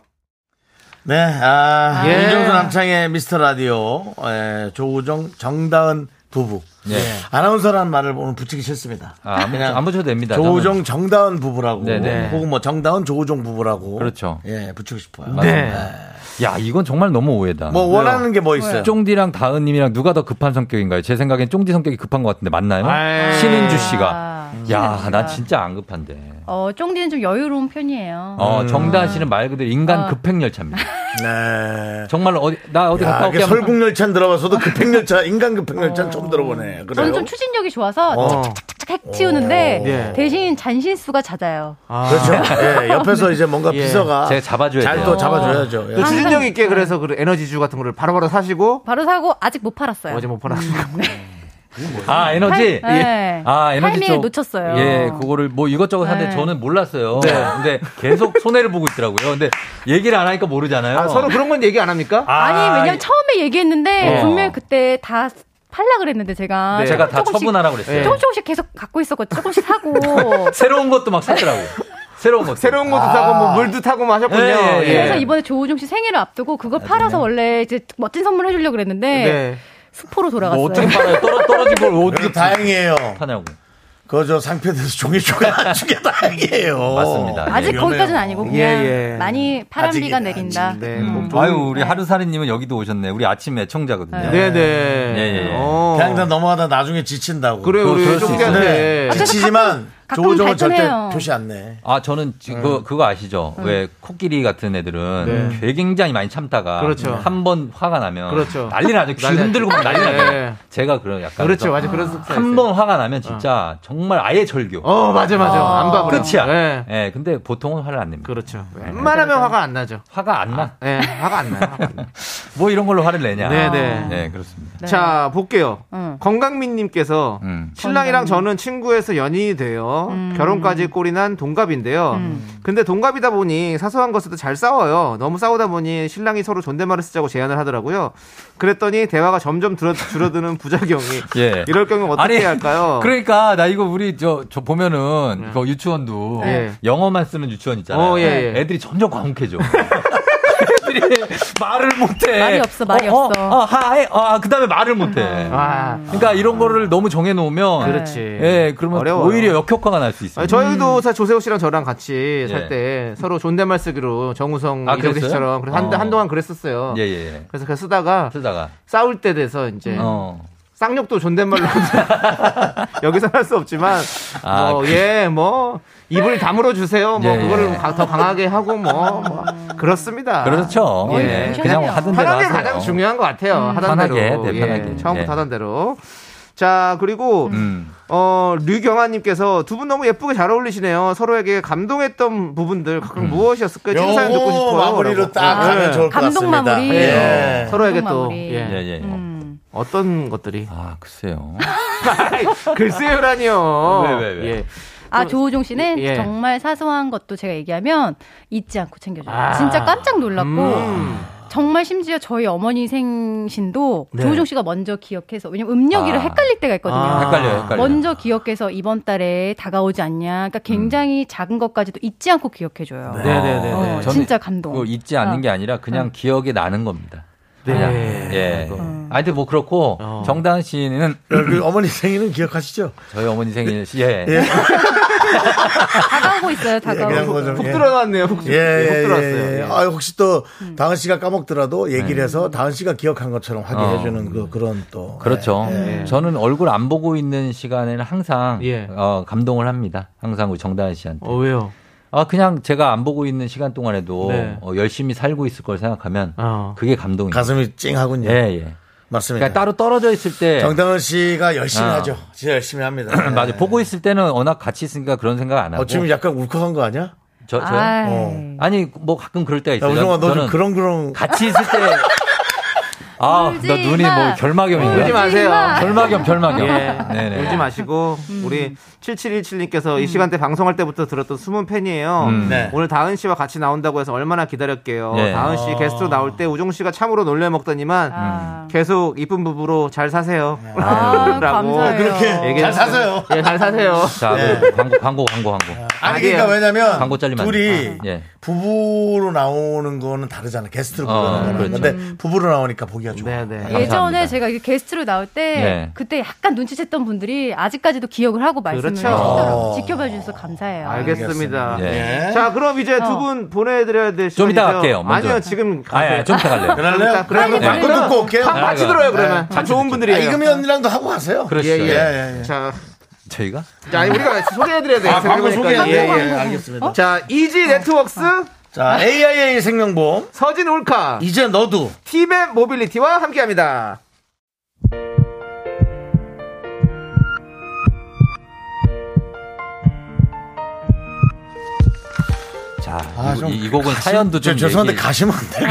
네, 아, 예. 윤정수 남창의 미스터 라디오, 예, 조우정, 정다은 부부. 예. 아나운서라는 말을 오늘 붙이기 싫습니다. 아, 안, 붙- 그냥 안 붙여도 됩니다. 조우정, 저는. 정다은 부부라고. 네네. 혹은 뭐 정다은, 조우정 부부라고. 그렇죠. 예, 붙이고 싶어요. 맞습니다. 야, 이건 정말 너무 오해다. 뭐 원하는 게 뭐 네. 있어요? 쫑디랑 다은님이랑 누가 더 급한 성격인가요? 제 생각엔 쫑디 성격이 급한 것 같은데 맞나요? 아이. 신인주 씨가. 아, 야, 신은주가. 나 진짜 안 급한데. 어, 쫑디는 좀 여유로운 편이에요. 음. 어, 정다은 씨는 말 그대로 인간 어. 급행열차입니다. 네. 정말로 어디, 나 어디 갔다 야, 올게 이게 하면 설국열차 들어와서도 급행열차, 인간 급행열차 는 처음 들어보네. 그래요? 저는 좀 추진력이 좋아서 어. 어. 착착착착 핵 치우는데 예. 대신 잔신수가 잦아요. 그렇죠. 예, 옆에서 이제 뭔가 예. 비서가 제가 잡아줘야 잘 돼요. 또 네. 잡아줘야죠. 예. 그 추진력 있게 그래서 그 에너지주 같은 거를 바로바로 사시고 바로 사고 아직 못 네. 팔았어요. 어제 못 팔았어요. 음. 아, 에너지? 타이- 네. 아, 에너지 타이밍을 쪽. 놓쳤어요. 예, 그거를 뭐 이것저것 하는데 네. 저는 몰랐어요. 근데 계속 손해를 보고 있더라고요. 근데 얘기를 안 하니까 모르잖아요. 아, 서로 그런 건 얘기 안 합니까? 아, 아니 왜냐면 처음에 얘기했는데 어. 분명히 그때 다 팔라 그랬는데 제가 네. 제가 다 조금씩- 네. 처분하라고 그랬어요. 조금씩 조금씩 계속 갖고 있었거든요. 조금씩 사고 새로운 것도 막 샀더라고요. 새로운 것 새로운 것도 사고 뭐 물도 타고 마셨군요. 아. 예, 예, 예. 네. 그래서 그러니까 이번에 조우종 씨 생일을 앞두고 그거 팔아서 원래 이제 멋진 선물 해주려고 그랬는데 네. 수포로 돌아갔어요. 뭐 어떻게 팔아요? 떨어, 떨어진 걸 그래도 어떻게 다행이에요. 파냐고. 그거 저 상표돼서 종이 조각 안 주게 다행이에요. 맞습니다. 예. 아직 네, 거기까지는 위험해요. 아니고 그냥 예, 예. 많이 파란 아직이다, 비가 내린다. 음. 아직. 네. 아유, 음. 우리 하루살이님은 여기도 오셨네. 우리 아침에 청자거든요. 네, 네. 예, 예. 어. 그냥 다 넘어가다 나중에 지친다고. 그래, 우리 그럴 수 쫑디한테. 있어요. 네. 지치지만 아, 가끔 조우종은 절대 발끈해요. 표시 안 내. 아, 저는 지- 네. 그거, 그거 아시죠? 네. 왜 코끼리 같은 애들은 되게 굉장히 많이 참다가 네. 그렇죠. 한 번 화가 나면 그렇죠. 난리 나죠. 귀 난리 나죠. 흔들고 막 난리 나죠. 예. 제가 그런 약간 그렇죠, 맞아. 그런 습사 한 번 화가 나면 진짜 정말 아예 절교. 어, 맞아, 맞아. 안 봐버려. 끝이야. 예. 예. 근데 보통은 화를 안 냅니다. 그렇죠. 웬만하면 화가 안 나죠. 화가 안 나. 예, 화가 안 나요. 화가 안 나요. 뭐 이런 걸로 화를 내냐. 네, 네. 네, 그렇습니다. 네. 자, 볼게요. 응. 건강민님께서 음. 신랑이랑 저는 친구에서 연인이 돼요. 결혼까지 꼴이 난 동갑인데요. 근데 동갑이다 보니 사소한 것에도 잘 싸워요. 너무 싸우다 보니 신랑이 서로 존댓말을 쓰자고 제안을 하더라고요. 그랬더니 대화가 점점 줄어, 줄어드는 부작용이. 예. 이럴 경우 어떻게 아니, 해야 할까요? 네. 그러니까 나 이거 우리 저, 저 보면은 그 유치원도 예. 영어만 쓰는 유치원 있잖아요. 어, 예, 예. 애들이 점점 과묵해져. 애들이 말을 못해. 말이 없어, 말이 어, 없어. 어, 어, 하이, 아, 그다음에 말을 못해. 아, 그러니까 이런 거를 너무 정해놓으면 그렇지. 예, 그러면 어려워요. 오히려 역효과가 날 수 있어요. 아니, 저희도 사 조세호 씨랑 저랑 같이 예. 살 때 서로 존댓말 쓰기로 정우성 아, 이정재 그랬어요? 씨처럼 그래서 한, 어. 한동안 그랬었어요. 예, 예, 예. 그래서 그 쓰다가 쓰다가 싸울 때 돼서 이제 어. 쌍욕도 존댓말로 여기서 할 수 없지만 아, 뭐 그- 예 뭐 입을 다물어 주세요 뭐 예, 그거를 예. 가- 더 강하게 하고 뭐, 뭐 그렇습니다. 그렇죠. 예. 예. 그냥 시원해요. 하던 대로 편한 게 하세요. 가장 중요한 것 같아요. 하던 편하게, 대로 네, 예, 편하게. 처음부터 예. 하던 대로 자 그리고 음. 어, 류경아님께서 두 분 너무 예쁘게 잘 어울리시네요. 서로에게 감동했던 부분들 음. 가끔 예, 무엇이었을까요? 지금 사연 듣고 요거 싶어요. 마무리로 라고. 딱 예. 하면 좋을 것 감동 같습니다. 마무리. 예. 서로에게 또 마무리. 예. 예, 예. 음. 어떤 것들이 아, 글쎄요. 글쎄요라니요. 왜, 왜, 왜? 예. 아 조우종 씨는 예. 정말 사소한 것도 제가 얘기하면 잊지 않고 챙겨줘요. 아. 진짜 깜짝 놀랐고 음. 정말 심지어 저희 어머니 생신도 네. 조우종 씨가 먼저 기억해서 왜냐면 음력이랑 아. 헷갈릴 때가 있거든요. 아. 헷갈려요, 헷갈려요. 먼저 기억해서 이번 달에 다가오지 않냐. 그러니까 굉장히 작은 것까지도 잊지 않고 기억해줘요. 네네네. 어, 예. 저는 진짜 감동. 그거 잊지 않는 게 아니라 그냥 기억에 나는 겁니다. 네. 그냥. 예. 아, 근데 뭐 그렇고 어. 정다은 씨는 그 어머니 생일은 기억하시죠? 저희 어머니 생일 시 예. 예. 다가오고 있어요. 예, 그냥 다가오고. 그거 좀. 훅 예. 들어왔네요. 훅, 예, 예, 훅 예, 들어왔어요. 예, 예. 예. 아, 혹시 또, 다은 씨가 까먹더라도 얘기를 해서 다은 씨가 기억한 것처럼 하게 네. 어. 해주는 그, 그런 또. 그렇죠. 예. 저는 얼굴 안 보고 있는 시간에는 항상 예. 어, 감동을 합니다. 항상 우리 정다은 씨한테. 어 왜요? 아 그냥 제가 안 보고 있는 시간 동안에도 네. 어, 열심히 살고 있을 걸 생각하면 어. 그게 감동이에요. 가슴이 찡하군요. 예, 예. 맞습니다. 그러니까 따로 떨어져 있을 때 정다은 씨가 열심히 아. 하죠. 진짜 열심히 합니다. 네. 맞아. 뭐. 보고 있을 때는 워낙 같이 있으니까 그런 생각 안 하고. 어, 지금 약간 울컥한 거 아니야? 저, 저 아이. 어. 아니 뭐 가끔 그럴 때가 야, 있어요. 우정아, 너 좀 저는 그런 그런. 같이 있을 때 아, 나 울지 눈이 마. 뭐 결막염인가? 울지 마세요. 결막염, 결막염. 예, 네네. 울지 마시고 음. 우리 7717님께서 이 시간대 방송할 때부터 들었던 숨은 팬이에요. 음. 네. 오늘 다은 씨와 같이 나온다고 해서 얼마나 기다렸게요. 네. 다은 씨 어. 아. 게스트로 나올 때 우종 씨가 참으로 놀래 먹더니만 아. 아. 계속 이쁜 부부로 잘 사세요. 라고 네. 아, 감사해요. 그렇게 잘 얘기해주셨어요. 사세요. 예, 잘 사세요. 자, 네. 그 광고, 광고, 광고, 광고. 아니 그러니까 왜냐면 광고 잘리면 안 돼. 둘이 네. 아, 예. 부부로 나오는 거는 다르잖아. 게스트로 어, 부르는 거는. 그렇죠. 근데 부부로 나오니까 보기가 좋아. 네, 예전에 제가 이렇게 게스트로 나올 때 네. 그때 약간 눈치챘던 분들이 아직까지도 기억을 하고 말씀을 그렇죠. 하시더라고요. 지켜봐 주셔서 감사해요. 아, 알겠습니다. 예. 네? 예. 자, 그럼 이제 두 분 보내드려야 될 시간이죠. 좀 이따 갈게요, 먼저. 아니요, 지금 아, 예, 좀 이따 갈래요. 아, 그럴래요? 그럼 그러면 방금 그럼 듣고 올게요. 방 같이 들어요, 그러면. 참 좋은 분들이에요. 아, 이금희 언니랑도 하고 가세요. 그렇죠. 예, 예. 예, 자, 저희가? 자, 아니, 우리가 소개해드려야 돼요. 아, 방금 생각해보니까. 소개해. 예, 예, 알겠습니다. 어? 자, 이지 네트워크스. 자, AIA 생명보험. 서진 올카. 이제 너도. 티맵 모빌리티와 함께 합니다. 자, 아, 이- 좀 이, 이 곡은 가시- 사연도 좀. 저- 죄송한데 얘기- 가시면 안 돼요.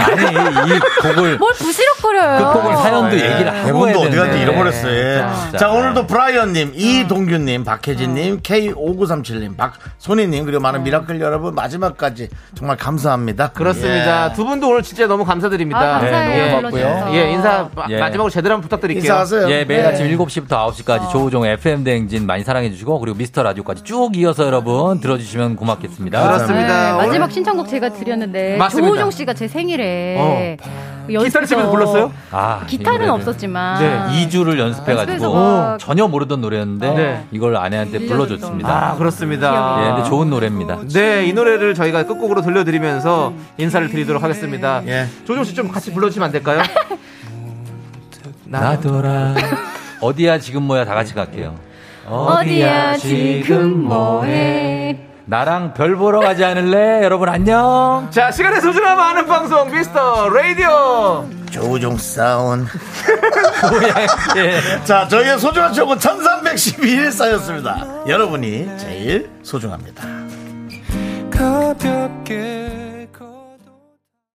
아니, 이 곡을. 뭘 부시럭거려요. 아, 아, 곡을 사연도 얘기를 하고. 네. 대본도 해야 예. 어디 갔지 되는데. 잃어버렸어요. 예. 아. 자, 오늘도 브라이언님, 이동규님, 박혜진님, K5937님, 박손희님, 그리고 많은 미라클 여러분 마지막까지 정말 감사합니다. 그렇습니다. 두 분도 오늘 진짜 너무 감사드립니다. 아, 감사해요. 예. 네, 너무 예, 고맙고요. 예, 인사 마- 예. 마지막으로 제대로 한번 부탁드릴게요. 예, 매일 아침 네. 7시부터 9시까지 조우종 FM 대행진 많이 사랑해 주시고 그리고 미스터 라디오까지 쭉 이어서 음. 여러분 들어 주시면 고맙겠습니다. 네, 마지막 신청곡 제가 드렸는데 맞습니다. 조우종 씨가 제 생일에 연습해서 어. 기타를 치면서 불렀어요? 아, 이 기타는 노래를. 없었지만 네, 2주를 연습해 연습해서 가지고 막- 전혀 모르던 노래였는데 네. 이걸 아내한테 불러 줬습니다. 아, 그렇습니다. 예, 근데 좋은 노래입니다. 네, 이 노래를 저희가 끝곡으로 들려드리면서 인사를 드리도록 하겠습니다. 조종 씨 좀 같이 불러주시면 안 될까요? 나도라 어디야 지금 뭐야 다 같이 갈게요. 어디야 지금 뭐해 나랑 별 보러 가지 않을래? 여러분 안녕. 자, 시간의 소중함 아는 방송 미스터 라디오. 조종 사운. 자, 저희의 소중한 추억은 1312일 쌓였습니다. 여러분이 제일 소중합니다. 가볍게